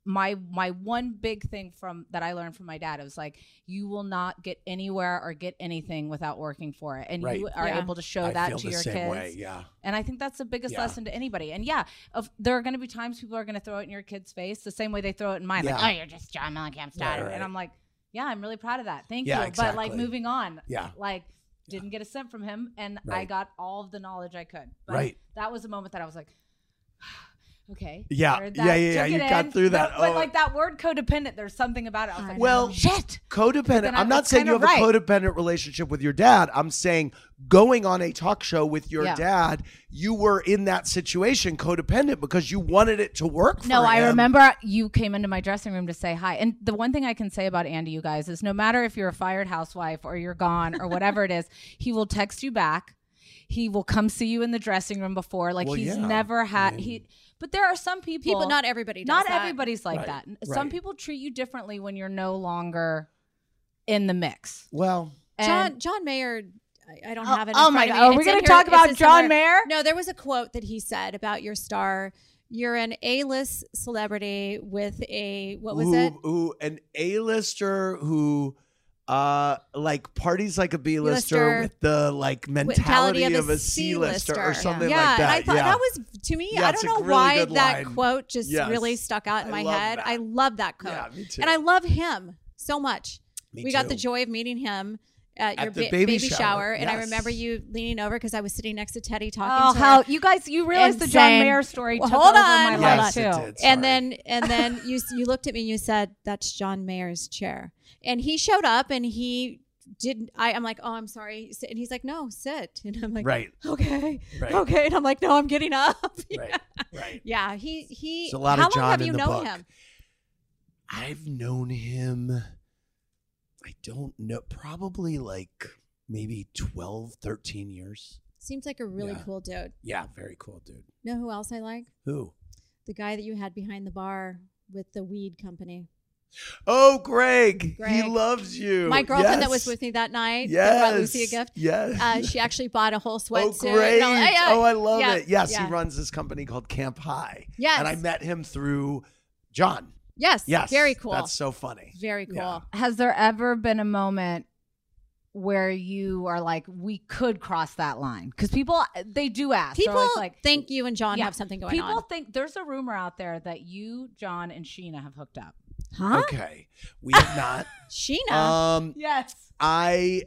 [SPEAKER 2] my my one big thing from that I learned from my dad was like you will not get anywhere or get anything without working for it, and
[SPEAKER 5] Right.
[SPEAKER 2] you are
[SPEAKER 5] Yeah.
[SPEAKER 2] able to show
[SPEAKER 5] I
[SPEAKER 2] that
[SPEAKER 5] feel
[SPEAKER 2] to
[SPEAKER 5] the
[SPEAKER 2] your
[SPEAKER 5] same
[SPEAKER 2] kids.
[SPEAKER 5] way, yeah.
[SPEAKER 2] and I think that's the biggest
[SPEAKER 5] Yeah.
[SPEAKER 2] lesson to anybody. And yeah, of, there are going to be times people are going to throw it in your kid's face the same way they throw it in mine.
[SPEAKER 5] Yeah.
[SPEAKER 2] Like, oh, you're just John Mellencamp's
[SPEAKER 5] Yeah,
[SPEAKER 2] daughter,
[SPEAKER 5] right.
[SPEAKER 2] and I'm like, yeah, I'm really proud of that. Thank
[SPEAKER 5] Yeah,
[SPEAKER 2] you. But like
[SPEAKER 5] exactly.
[SPEAKER 2] moving on.
[SPEAKER 5] Yeah.
[SPEAKER 2] Like didn't get a cent from him, and I
[SPEAKER 5] Right.
[SPEAKER 2] got all of the knowledge I could. But
[SPEAKER 5] Right.
[SPEAKER 2] That was a moment that I was like. Okay.
[SPEAKER 5] Yeah.
[SPEAKER 2] heard
[SPEAKER 5] Yeah, yeah, yeah.
[SPEAKER 2] took
[SPEAKER 5] You
[SPEAKER 2] it
[SPEAKER 5] got through that.
[SPEAKER 2] But, but,
[SPEAKER 5] Oh.
[SPEAKER 2] like that word codependent, there's something about it. I was like, "Oh,
[SPEAKER 5] Well,
[SPEAKER 2] shit. But
[SPEAKER 5] Codependent.
[SPEAKER 2] then I
[SPEAKER 5] I'm
[SPEAKER 2] was
[SPEAKER 5] not saying you have
[SPEAKER 2] kinda
[SPEAKER 5] a
[SPEAKER 2] right.
[SPEAKER 5] codependent relationship with your dad. I'm saying going on a talk show with your
[SPEAKER 2] Yeah.
[SPEAKER 5] dad, you were in that situation codependent because you wanted it to work
[SPEAKER 2] No,
[SPEAKER 5] for
[SPEAKER 2] I
[SPEAKER 5] him.
[SPEAKER 2] remember you came into my dressing room to say hi. And the one thing I can say about Andy, you guys, is no matter if you're a fired housewife or you're gone or whatever it is, he will text you back. He will come see you in the dressing room before. Like
[SPEAKER 3] Well,
[SPEAKER 2] he's
[SPEAKER 3] yeah.
[SPEAKER 2] never had he. But there are some people.
[SPEAKER 3] People- not everybody does
[SPEAKER 2] not
[SPEAKER 3] that.
[SPEAKER 2] everybody's like
[SPEAKER 3] Right,
[SPEAKER 2] that.
[SPEAKER 3] right.
[SPEAKER 2] Some people treat you differently when you're no longer in the mix.
[SPEAKER 5] Well,
[SPEAKER 3] John John Mayer. I, I don't
[SPEAKER 2] Oh,
[SPEAKER 3] have it. In
[SPEAKER 2] oh
[SPEAKER 3] front
[SPEAKER 2] my
[SPEAKER 3] of
[SPEAKER 2] God.
[SPEAKER 3] me.
[SPEAKER 2] Are we
[SPEAKER 3] It's in
[SPEAKER 2] gonna
[SPEAKER 3] here.
[SPEAKER 2] talk
[SPEAKER 3] It
[SPEAKER 2] about
[SPEAKER 3] says
[SPEAKER 2] John
[SPEAKER 3] somewhere-
[SPEAKER 2] Mayer?
[SPEAKER 3] No, there was a quote that he said about your star. You're an A-list celebrity with a what was
[SPEAKER 5] who,
[SPEAKER 3] it?
[SPEAKER 5] Who an A-lister who uh like parties like a B-lister
[SPEAKER 3] Lister.
[SPEAKER 5] with the like mentality, of, a C-lister or something like that.
[SPEAKER 3] And I thought
[SPEAKER 5] yeah.
[SPEAKER 3] that was to me.
[SPEAKER 5] Yeah,
[SPEAKER 3] I
[SPEAKER 5] it's
[SPEAKER 3] don't
[SPEAKER 5] a
[SPEAKER 3] know
[SPEAKER 5] really
[SPEAKER 3] why
[SPEAKER 5] good
[SPEAKER 3] that
[SPEAKER 5] line.
[SPEAKER 3] quote just
[SPEAKER 5] Yes.
[SPEAKER 3] really stuck out in
[SPEAKER 5] I
[SPEAKER 3] my
[SPEAKER 5] love
[SPEAKER 3] head.
[SPEAKER 5] that.
[SPEAKER 3] I love that quote.
[SPEAKER 5] Yeah, me too.
[SPEAKER 3] And I love him so much.
[SPEAKER 5] Me
[SPEAKER 3] we got
[SPEAKER 5] too.
[SPEAKER 3] the joy of meeting him. At,
[SPEAKER 5] At
[SPEAKER 3] your
[SPEAKER 5] the
[SPEAKER 3] ba-
[SPEAKER 5] baby
[SPEAKER 3] baby,
[SPEAKER 5] shower,
[SPEAKER 3] shower, and I
[SPEAKER 5] yes.
[SPEAKER 3] remember you leaning over because I was sitting next to Teddy talking.
[SPEAKER 2] Oh,
[SPEAKER 3] to
[SPEAKER 2] how
[SPEAKER 3] her
[SPEAKER 2] you guys you realize
[SPEAKER 3] and
[SPEAKER 2] the John
[SPEAKER 3] saying,
[SPEAKER 2] Mayer story
[SPEAKER 3] "Well,
[SPEAKER 2] took
[SPEAKER 3] hold
[SPEAKER 2] over
[SPEAKER 3] on,
[SPEAKER 2] my
[SPEAKER 3] hold
[SPEAKER 2] life
[SPEAKER 3] on."
[SPEAKER 2] too.
[SPEAKER 3] and then and then you s- you looked at me and you said, "That's John Mayer's chair." And he showed up and he didn't. I, I'm like, "Oh, I'm sorry," S- and he's like, "No, sit." And I'm like,
[SPEAKER 5] Right.
[SPEAKER 3] okay,
[SPEAKER 5] Right.
[SPEAKER 3] okay." And I'm like, "No, I'm getting up."
[SPEAKER 5] Right, right.
[SPEAKER 3] Yeah, he he.
[SPEAKER 5] There's a lot
[SPEAKER 3] how
[SPEAKER 5] of John
[SPEAKER 3] long have
[SPEAKER 5] in
[SPEAKER 3] you
[SPEAKER 5] the
[SPEAKER 3] known
[SPEAKER 5] book.
[SPEAKER 3] him?
[SPEAKER 5] I've known him, I don't know, probably like maybe 12, 13 years.
[SPEAKER 3] Seems like a really
[SPEAKER 5] Yeah.
[SPEAKER 3] cool dude.
[SPEAKER 5] Yeah, very cool dude.
[SPEAKER 3] Know who else I like?
[SPEAKER 5] Who?
[SPEAKER 3] The guy that you had behind the bar with the weed company.
[SPEAKER 5] Oh, Greg, he
[SPEAKER 3] Greg.
[SPEAKER 5] loves you.
[SPEAKER 3] My girlfriend that was
[SPEAKER 5] Yes.
[SPEAKER 3] with me that night that brought Lucy a
[SPEAKER 5] Yes.
[SPEAKER 3] gift.
[SPEAKER 5] Yes.
[SPEAKER 3] Uh, she actually bought a whole
[SPEAKER 5] Oh,
[SPEAKER 3] sweatsuit.
[SPEAKER 5] great.
[SPEAKER 3] and all- yeah, yeah,
[SPEAKER 5] oh, I love
[SPEAKER 3] yeah,
[SPEAKER 5] it. Yes,
[SPEAKER 3] yeah.
[SPEAKER 5] he runs this company called Camp High.
[SPEAKER 3] Yes.
[SPEAKER 5] And I met him through John.
[SPEAKER 3] Yes.
[SPEAKER 5] Yes.
[SPEAKER 2] Very cool.
[SPEAKER 5] That's so funny.
[SPEAKER 3] Very cool.
[SPEAKER 2] Has there ever been a moment where you are like, we could cross that line? Because people, they do ask. They're
[SPEAKER 3] People
[SPEAKER 2] always like,
[SPEAKER 3] think you and John
[SPEAKER 2] Yeah.
[SPEAKER 3] have something going
[SPEAKER 2] people
[SPEAKER 3] on.
[SPEAKER 2] think there's a rumor out there that you, John, and Sheena have hooked up.
[SPEAKER 5] Okay. We have not.
[SPEAKER 3] Sheena.
[SPEAKER 5] Um,
[SPEAKER 2] yes.
[SPEAKER 5] I,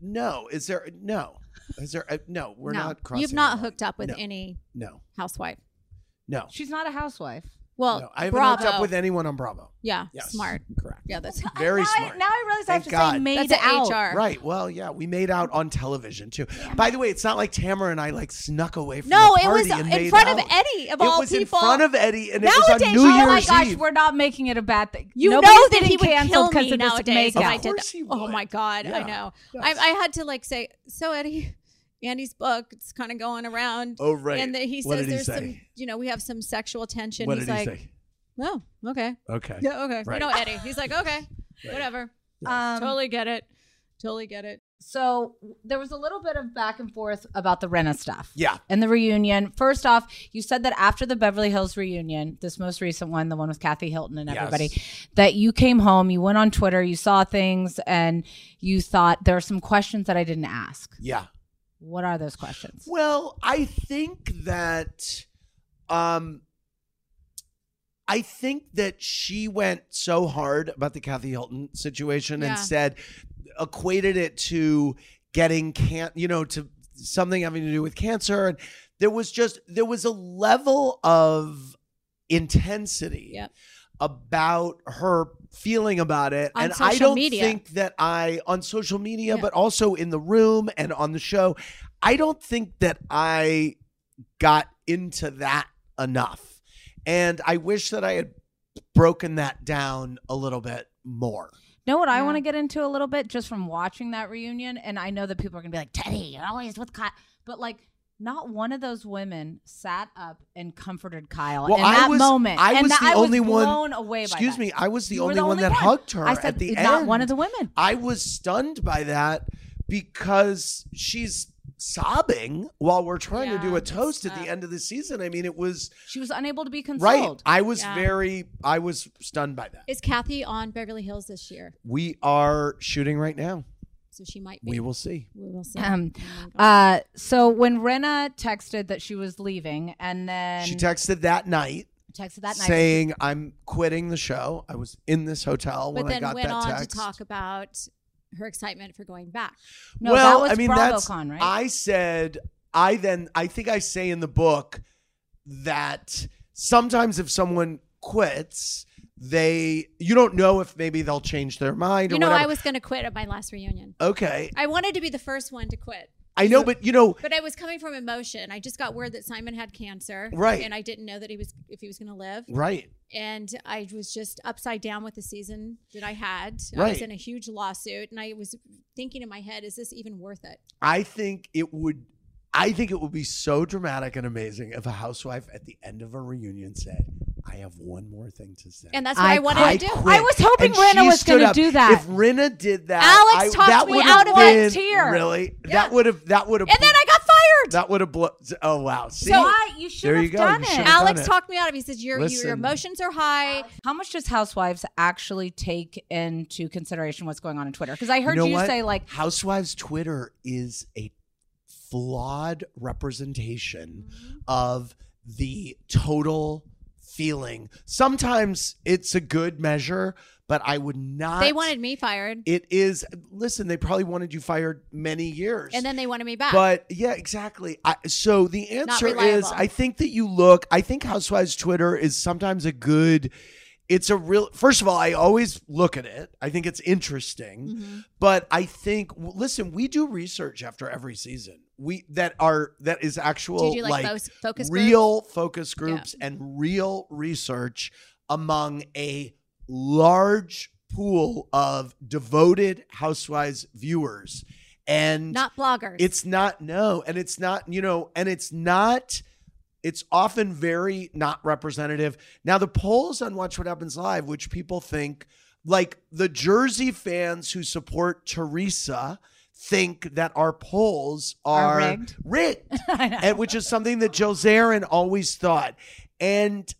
[SPEAKER 5] no. Is there, no. Is there, uh, no, we're
[SPEAKER 3] No.
[SPEAKER 5] not crossing.
[SPEAKER 3] You've
[SPEAKER 5] the
[SPEAKER 3] not
[SPEAKER 5] line.
[SPEAKER 3] hooked up with
[SPEAKER 5] No.
[SPEAKER 3] any
[SPEAKER 5] No,
[SPEAKER 3] housewife.
[SPEAKER 5] no.
[SPEAKER 2] Uh, She's not a housewife.
[SPEAKER 3] Well,
[SPEAKER 5] no. I haven't
[SPEAKER 3] bravo.
[SPEAKER 5] hooked up with anyone on Bravo.
[SPEAKER 3] Yeah,
[SPEAKER 5] Yes.
[SPEAKER 3] smart.
[SPEAKER 5] Correct.
[SPEAKER 3] Yeah, that's
[SPEAKER 5] Very smart.
[SPEAKER 2] now I realize I have
[SPEAKER 5] Thank
[SPEAKER 2] to
[SPEAKER 5] God.
[SPEAKER 2] say made
[SPEAKER 3] That's an
[SPEAKER 2] out.
[SPEAKER 3] HR.
[SPEAKER 5] Right. Well, yeah, we made out on television too. By the way, it's not like Tamara and I like snuck away from
[SPEAKER 2] No,
[SPEAKER 5] the
[SPEAKER 2] it was
[SPEAKER 5] party and
[SPEAKER 2] in
[SPEAKER 5] made
[SPEAKER 2] front of
[SPEAKER 5] out.
[SPEAKER 2] Eddie,
[SPEAKER 5] it
[SPEAKER 2] of all
[SPEAKER 5] was
[SPEAKER 2] people.
[SPEAKER 5] in front of Eddie, and it was on
[SPEAKER 2] Nowadays,
[SPEAKER 5] New
[SPEAKER 2] oh my
[SPEAKER 5] Year's
[SPEAKER 2] gosh,
[SPEAKER 5] Eve.
[SPEAKER 2] we're not making it a bad thing.
[SPEAKER 3] You
[SPEAKER 2] Nobody's
[SPEAKER 3] know that
[SPEAKER 2] getting
[SPEAKER 3] he would
[SPEAKER 2] canceled
[SPEAKER 3] kill
[SPEAKER 2] 'cause
[SPEAKER 3] me
[SPEAKER 2] of this
[SPEAKER 3] nowadays if
[SPEAKER 2] makeup.
[SPEAKER 3] I did that. Oh my god, I
[SPEAKER 2] Yeah.
[SPEAKER 3] know. I, I had to like say, so Eddie, Andy's book, it's kind of going around.
[SPEAKER 5] Oh, right.
[SPEAKER 3] And then he says
[SPEAKER 5] What did he
[SPEAKER 3] there's some,
[SPEAKER 5] say?
[SPEAKER 3] you know, we have some sexual tension.
[SPEAKER 5] What
[SPEAKER 3] He's
[SPEAKER 5] did he
[SPEAKER 3] like,
[SPEAKER 5] say?
[SPEAKER 3] no, okay,
[SPEAKER 5] Okay.
[SPEAKER 3] yeah, okay.
[SPEAKER 5] Right.
[SPEAKER 3] We know Eddie. He's like, okay, whatever.
[SPEAKER 2] Yeah. Um,
[SPEAKER 3] totally get it. Totally get it.
[SPEAKER 2] So there was a little bit of back and forth about the Rena stuff.
[SPEAKER 5] Yeah.
[SPEAKER 2] And the reunion. First off, you said that after the Beverly Hills reunion, this most recent one, the one with Kathy Hilton and
[SPEAKER 9] Yes.
[SPEAKER 2] everybody, that you came home, you went on Twitter, you saw things, and you thought there are some questions that I didn't ask.
[SPEAKER 5] Yeah.
[SPEAKER 2] What are those questions?
[SPEAKER 5] Well, I think that um I think that she went so hard about the Kathy Hilton situation
[SPEAKER 10] Yeah.
[SPEAKER 5] and said equated it to getting can you know to something having to do with cancer and there was just there was a level of intensity about her feeling about it
[SPEAKER 10] On
[SPEAKER 5] and I
[SPEAKER 10] social
[SPEAKER 5] don't
[SPEAKER 10] media.
[SPEAKER 5] think think that I on social media, but also in the room and on the show, I don't think that I got into that enough. And I wish that I had broken that down a little bit more.
[SPEAKER 2] Know what I want to get into a little bit just from watching that reunion, and I know that people are gonna be like, Teddy, you're always with Kyle, but like, not one of those women sat up and comforted Kyle in that moment.
[SPEAKER 5] I
[SPEAKER 2] and
[SPEAKER 5] was
[SPEAKER 2] that
[SPEAKER 5] the only one.
[SPEAKER 2] blown away by
[SPEAKER 5] excuse
[SPEAKER 2] that.
[SPEAKER 5] me. I was the
[SPEAKER 2] You were
[SPEAKER 5] only
[SPEAKER 2] the
[SPEAKER 5] one
[SPEAKER 2] only
[SPEAKER 5] that
[SPEAKER 2] one.
[SPEAKER 5] hugged her
[SPEAKER 2] I said,
[SPEAKER 5] at the end.
[SPEAKER 2] "Not one of the women.
[SPEAKER 5] I was stunned by that because she's sobbing while we're trying to do a toast at the end of the season. I mean, it was
[SPEAKER 2] She was unable to be
[SPEAKER 5] right.
[SPEAKER 2] consoled.
[SPEAKER 5] I was
[SPEAKER 3] Yeah.
[SPEAKER 5] very. I was stunned by that.
[SPEAKER 3] Is Kathy on Beverly Hills this year?
[SPEAKER 5] We are shooting right now.
[SPEAKER 3] So she might be.
[SPEAKER 5] We will see.
[SPEAKER 3] We will see.
[SPEAKER 2] Um, uh, so when Rena texted that she was leaving, and then
[SPEAKER 5] She texted that night.
[SPEAKER 2] Texted that night.
[SPEAKER 5] saying, "I'm quitting the show. I was in this hotel
[SPEAKER 3] but
[SPEAKER 5] Oh, when I
[SPEAKER 3] then
[SPEAKER 5] got
[SPEAKER 3] went
[SPEAKER 5] that
[SPEAKER 3] on
[SPEAKER 5] text."
[SPEAKER 3] to talk about her excitement for going back.
[SPEAKER 5] well, I mean, that's, I said, I then, I think I say in the book that sometimes if someone quits, they, you don't know if maybe they'll change their mind or
[SPEAKER 3] you know,
[SPEAKER 5] whatever.
[SPEAKER 3] I was going to quit at my last reunion.
[SPEAKER 5] okay.
[SPEAKER 3] I wanted to be the first one to quit.
[SPEAKER 5] I know, but you know,
[SPEAKER 3] But I was coming from emotion. I just got word that Simon had cancer,
[SPEAKER 5] Right.
[SPEAKER 3] And I didn't know that he was if he was going to live,
[SPEAKER 5] Right.
[SPEAKER 3] And I was just upside down with the season that I had. I
[SPEAKER 5] Right.
[SPEAKER 3] was in a huge lawsuit, and I was thinking in my head, "Is this even worth it?"
[SPEAKER 5] I think it would, I think it would be so dramatic and amazing if a housewife at the end of a reunion said, I have one more thing to say.
[SPEAKER 3] And that's what I, wanted to do.
[SPEAKER 5] quit. And she stood up. If Rena did that,
[SPEAKER 3] Alex talked
[SPEAKER 5] that
[SPEAKER 3] me
[SPEAKER 5] would've
[SPEAKER 3] out of
[SPEAKER 5] been-
[SPEAKER 3] it. Tear.
[SPEAKER 5] Really? That would have. That would have. And then
[SPEAKER 3] I got fired.
[SPEAKER 5] That would have. Blo- oh wow. See?
[SPEAKER 3] so I, you
[SPEAKER 5] should There you have go. done You it. should have done
[SPEAKER 3] Alex
[SPEAKER 5] it.
[SPEAKER 3] talked me out of. it. He says, "Your your
[SPEAKER 2] Listen.
[SPEAKER 3] emotions are high."
[SPEAKER 2] How much does Housewives actually take into consideration what's going on in Twitter? Because I heard
[SPEAKER 5] know
[SPEAKER 2] you,
[SPEAKER 5] what?
[SPEAKER 2] say like
[SPEAKER 5] Housewives Twitter is a flawed representation
[SPEAKER 3] Mm-hmm.
[SPEAKER 5] of the total feeling. Sometimes it's a good measure, but I would not.
[SPEAKER 3] They wanted me fired,
[SPEAKER 5] It is. Listen, they probably wanted you fired many years.
[SPEAKER 3] and then they wanted me back.
[SPEAKER 5] But yeah, exactly. I, so the
[SPEAKER 3] Not
[SPEAKER 5] answer is
[SPEAKER 3] reliable.
[SPEAKER 5] I think that you look, I think Housewives Twitter is sometimes a good, it's a real, first of all, I always look at it. I think it's interesting. Mm-hmm.
[SPEAKER 3] Mm-hmm.
[SPEAKER 5] But I think, w- listen, we do research after every season. We that are that is actual
[SPEAKER 3] Do you do, like, fo- focus
[SPEAKER 5] real focus groups and real research among a large pool of devoted housewives viewers and
[SPEAKER 3] Not bloggers.
[SPEAKER 5] it's not no, and it's not you know, and it's not It's often very not representative. Now, the polls on Watch What Happens Live, which people think, like the Jersey fans who support Teresa, think that our polls are,
[SPEAKER 2] Are rigged.
[SPEAKER 5] rigged, and which is something that Joe Zarin always thought. And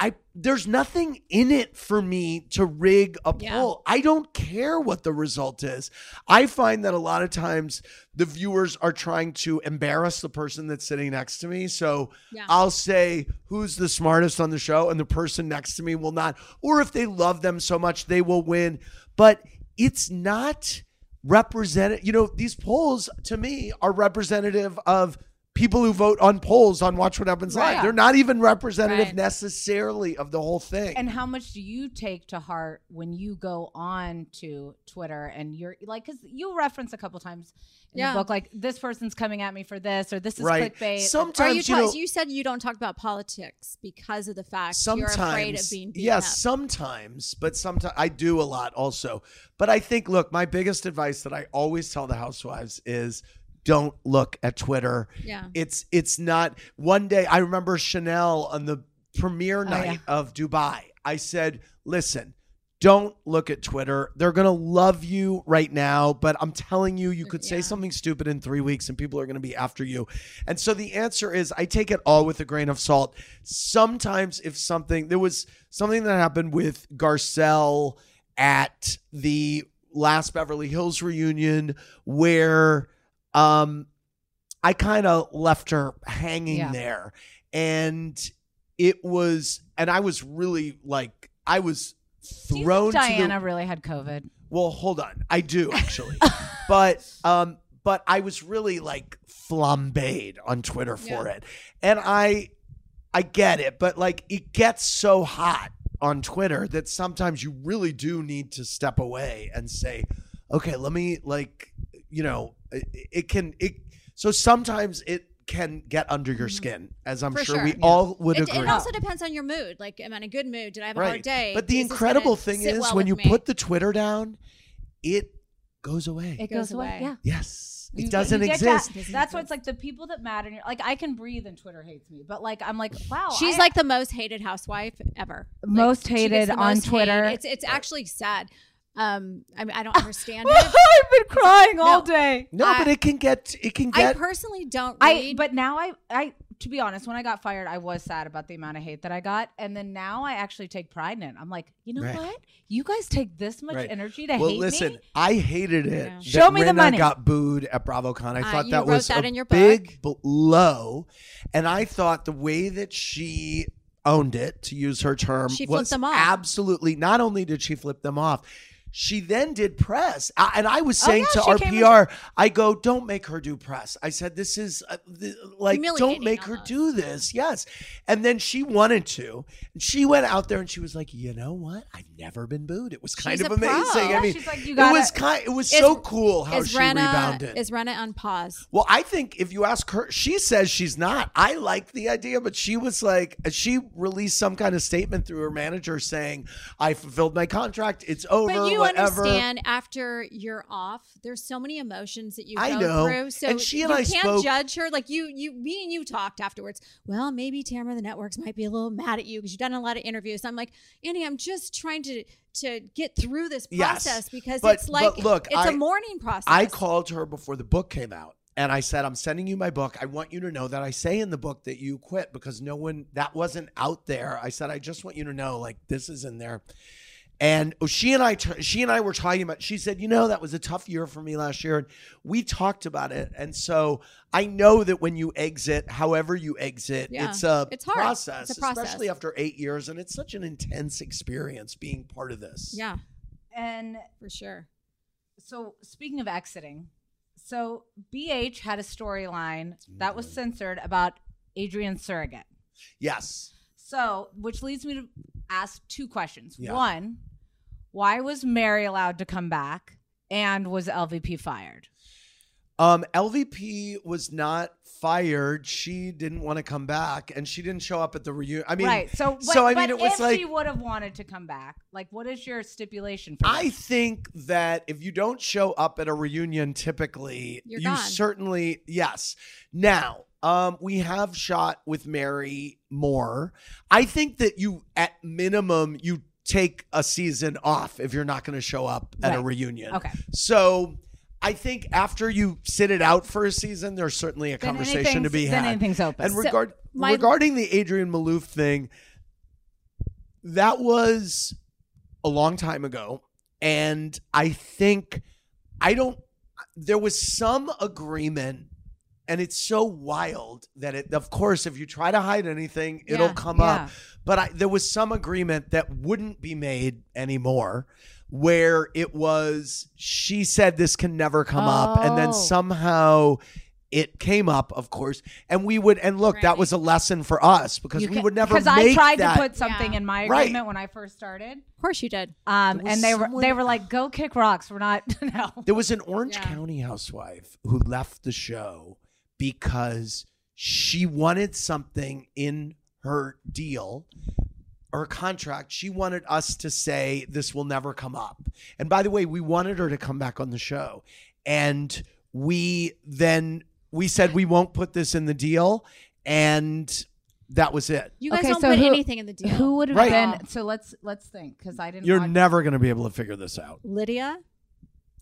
[SPEAKER 5] I there's nothing in it for me to rig a poll. I don't care what the result is. I find that a lot of times the viewers are trying to embarrass the person that's sitting next to me. So
[SPEAKER 9] Yeah.
[SPEAKER 5] I'll say who's the smartest on the show and the person next to me will not or if they love them so much they will win. But it's not represented, you know, these polls to me are representative of people who vote on polls on Watch What Happens
[SPEAKER 2] Right.
[SPEAKER 5] Live. They're not even representative
[SPEAKER 2] Right.
[SPEAKER 5] necessarily of the whole thing.
[SPEAKER 2] And how much do you take to heart when you go on to Twitter and you're like, because you reference a couple times in
[SPEAKER 3] Yeah.
[SPEAKER 2] the book, like this person's coming at me for this or this is
[SPEAKER 5] Right.
[SPEAKER 2] clickbait.
[SPEAKER 3] Are you, ta- you said you don't talk about politics because of the fact
[SPEAKER 5] sometimes
[SPEAKER 3] you're afraid of being beaten
[SPEAKER 5] yeah
[SPEAKER 3] up.
[SPEAKER 5] sometimes but sometimes i do a lot also but i think look my biggest advice that i always tell the housewives is don't look at twitter
[SPEAKER 3] Yeah.
[SPEAKER 5] it's it's not one day i remember chanel on the premiere
[SPEAKER 2] Oh,
[SPEAKER 9] yeah.
[SPEAKER 5] night of dubai i said listen don't look at Twitter. They're going to love you right now, but I'm telling you, you could say something stupid in three weeks and people are going to be after you. And so the answer is I take it all with a grain of salt. Sometimes, if something, there was something that happened with Garcelle at the last Beverly Hills reunion where um, I kind of left her hanging
[SPEAKER 9] Yeah.
[SPEAKER 5] there. And it was, and I was really like, I was thrown to
[SPEAKER 2] Diana
[SPEAKER 5] the,
[SPEAKER 2] really had COVID.
[SPEAKER 5] well, hold on. I do actually. but um but I was really like flambéed on Twitter for
[SPEAKER 9] Yeah.
[SPEAKER 5] it. And I I get it, but like it gets so hot on Twitter that sometimes you really do need to step away and say, "Okay, let me like, you know, it, it can it so sometimes it can get under your skin, as I'm
[SPEAKER 3] For
[SPEAKER 5] sure, we
[SPEAKER 3] Yeah.
[SPEAKER 5] all would
[SPEAKER 3] it,
[SPEAKER 5] agree.
[SPEAKER 3] It also depends on your mood. Like, am I in a good mood? Did I have a hard day?
[SPEAKER 5] But the
[SPEAKER 3] Is this gonna
[SPEAKER 5] incredible thing
[SPEAKER 3] sit
[SPEAKER 5] is
[SPEAKER 3] well
[SPEAKER 5] when
[SPEAKER 3] with
[SPEAKER 5] you
[SPEAKER 3] me?
[SPEAKER 5] put the Twitter down, it goes away.
[SPEAKER 2] It goes away. Yeah.
[SPEAKER 5] Yes. It
[SPEAKER 2] You-
[SPEAKER 5] doesn't
[SPEAKER 2] you get
[SPEAKER 5] exist.
[SPEAKER 2] That. That's why it's like the people that matter. and you're- Like I can breathe and Twitter hates me, but like I'm like wow.
[SPEAKER 3] She's
[SPEAKER 2] I-
[SPEAKER 3] like the most hated housewife ever. Like,
[SPEAKER 2] Most
[SPEAKER 3] she gets
[SPEAKER 2] hated
[SPEAKER 3] the
[SPEAKER 2] on
[SPEAKER 3] most hate.
[SPEAKER 2] Twitter.
[SPEAKER 3] It's it's actually sad. Um, I mean, I don't understand it.
[SPEAKER 2] I've been crying all
[SPEAKER 3] No.
[SPEAKER 2] day.
[SPEAKER 5] No, but it can get it can
[SPEAKER 3] I
[SPEAKER 5] get
[SPEAKER 3] personally don't.
[SPEAKER 2] I
[SPEAKER 3] read-
[SPEAKER 2] but now I I to be honest, when I got fired, I was sad about the amount of hate that I got, and then now I actually take pride in it. I'm like, you know
[SPEAKER 5] Right.
[SPEAKER 2] what? You guys take this much
[SPEAKER 5] Right.
[SPEAKER 2] energy to
[SPEAKER 5] well,
[SPEAKER 2] hate
[SPEAKER 5] listen,
[SPEAKER 2] me.
[SPEAKER 5] I hated it.
[SPEAKER 2] Yeah.
[SPEAKER 5] that
[SPEAKER 2] Show me the
[SPEAKER 5] Rinna
[SPEAKER 2] money.
[SPEAKER 5] Got booed at BravoCon. I
[SPEAKER 2] Uh,
[SPEAKER 5] thought
[SPEAKER 2] you
[SPEAKER 5] that
[SPEAKER 2] wrote
[SPEAKER 5] was
[SPEAKER 2] that
[SPEAKER 5] a
[SPEAKER 2] in your book.
[SPEAKER 5] big blow, and I thought the way that she owned it, to use her term,
[SPEAKER 9] She flipped
[SPEAKER 5] was
[SPEAKER 9] them off.
[SPEAKER 5] absolutely. Not only did she flip them off. She then did press, I, and I was
[SPEAKER 9] Oh,
[SPEAKER 5] saying
[SPEAKER 9] yeah, she came
[SPEAKER 5] to our PR, "I go, don't make her do press." I said, "This is uh, th- like, don't
[SPEAKER 9] Humiliating
[SPEAKER 5] make her do this." Yes, and then she wanted to. And she went out there and she was like, "You know what? I've never been booed. It was kind
[SPEAKER 3] She's
[SPEAKER 5] of
[SPEAKER 3] a pro.
[SPEAKER 5] amazing. I
[SPEAKER 3] Yeah,
[SPEAKER 5] mean,
[SPEAKER 3] she's like, you
[SPEAKER 5] it
[SPEAKER 3] gotta-
[SPEAKER 5] was kind. It was
[SPEAKER 3] Is-
[SPEAKER 5] so cool how
[SPEAKER 3] is
[SPEAKER 5] she
[SPEAKER 3] Rena-
[SPEAKER 5] rebounded.
[SPEAKER 3] Is Rena on pause?
[SPEAKER 5] well, I think if you ask her, she says she's not. I like the idea, but she was like, she released some kind of statement through her manager saying, "I fulfilled my contract. It's over.
[SPEAKER 3] But you
[SPEAKER 5] whatever."
[SPEAKER 3] understand after you're off, there's so many emotions that you go
[SPEAKER 5] I know.
[SPEAKER 3] through. So
[SPEAKER 5] And she and
[SPEAKER 3] you
[SPEAKER 5] I
[SPEAKER 3] can't
[SPEAKER 5] spoke-
[SPEAKER 3] judge her. Like you, you, me and you talked afterwards. Well, maybe Tamara, the networks might be a little mad at you because you've done a lot of interviews. I'm like, Annie, I'm just trying to to get through this
[SPEAKER 5] Yes.
[SPEAKER 3] process because
[SPEAKER 5] But-
[SPEAKER 3] it's
[SPEAKER 5] but
[SPEAKER 3] like
[SPEAKER 5] look,
[SPEAKER 3] it's
[SPEAKER 5] I-
[SPEAKER 3] a mourning process.
[SPEAKER 5] I called her before the book came out and I said, I'm sending you my book. I want you to know that I say in the book that you quit because no one, that wasn't out there. I said, I just want you to know, like, this is in there. And she and I, t- she and I were talking about. She said, "You know, that was a tough year for me last year." And we talked about it. And so I know that when you exit, however you exit,
[SPEAKER 9] Yeah.
[SPEAKER 5] it's a
[SPEAKER 9] It's hard. It's a
[SPEAKER 5] process,
[SPEAKER 9] process.
[SPEAKER 5] especially after eight years, and it's such an intense experience being part of this.
[SPEAKER 3] yeah,
[SPEAKER 2] and
[SPEAKER 3] for sure.
[SPEAKER 2] So speaking of exiting, so BH had a storyline that was censored about Adrian Surrogate.
[SPEAKER 5] Yes.
[SPEAKER 2] So, which leads me to ask two questions.
[SPEAKER 5] Yeah.
[SPEAKER 2] One, why was Mary allowed to come back and was LVP fired?
[SPEAKER 5] Um, LVP was not fired. She didn't want to come back, and she didn't show up at the reunion. I mean,
[SPEAKER 2] right. So, but,
[SPEAKER 5] so I mean,
[SPEAKER 2] but
[SPEAKER 5] it was
[SPEAKER 2] if
[SPEAKER 5] like
[SPEAKER 2] she would have wanted to come back, like, what is your stipulation for
[SPEAKER 5] I think that if you don't show up at a reunion, typically
[SPEAKER 2] You're
[SPEAKER 5] you
[SPEAKER 2] gone.
[SPEAKER 5] certainly yes. Now Um, we have shot with Mary more. I think that you, at minimum, you take a season off if you're not going to show up at a
[SPEAKER 9] Right.
[SPEAKER 5] reunion.
[SPEAKER 9] Okay.
[SPEAKER 5] So I think after you sit it out for a season, there's certainly a
[SPEAKER 2] Then
[SPEAKER 5] conversation to be
[SPEAKER 2] anything's- then
[SPEAKER 5] had.
[SPEAKER 2] anything's open.
[SPEAKER 5] And
[SPEAKER 2] So
[SPEAKER 5] regard
[SPEAKER 2] my-
[SPEAKER 5] regarding the Adrian Malouf thing, that was a long time ago, and I think I don't. There was some agreement, and it's so wild that it. Of course, if you try to hide anything, it'll
[SPEAKER 9] Yeah,
[SPEAKER 5] come
[SPEAKER 9] yeah.
[SPEAKER 5] up. But I, there was some agreement that wouldn't be made anymore, where it was she said this can never come up, and
[SPEAKER 9] Oh.
[SPEAKER 5] then somehow. It came up, of course, and we would. And look, that was a lesson for us because
[SPEAKER 2] You
[SPEAKER 5] we
[SPEAKER 2] ca-
[SPEAKER 5] would never.
[SPEAKER 2] Because I
[SPEAKER 5] make
[SPEAKER 2] tried
[SPEAKER 5] that.
[SPEAKER 2] to put something in my
[SPEAKER 5] Right.
[SPEAKER 2] agreement when I first started. Of
[SPEAKER 3] course you did.
[SPEAKER 2] Um,
[SPEAKER 5] There was
[SPEAKER 2] and they were they
[SPEAKER 5] someone-
[SPEAKER 2] were like, "Go kick rocks." We're not. no.
[SPEAKER 5] There was an Orange County housewife who left the show because she wanted something in her deal or contract. She wanted us to say this will never come up. And by the way, we wanted her to come back on the show. And we then we said we won't put this in the deal and that was it.
[SPEAKER 3] You guys
[SPEAKER 2] Okay,
[SPEAKER 3] don't
[SPEAKER 2] so
[SPEAKER 3] put
[SPEAKER 2] who-
[SPEAKER 3] anything in the deal.
[SPEAKER 2] Who would have
[SPEAKER 5] Right.
[SPEAKER 2] been? So let's let's think because I didn't.
[SPEAKER 5] You're
[SPEAKER 2] watch-
[SPEAKER 5] never going to be able to figure this out.
[SPEAKER 3] Lydia?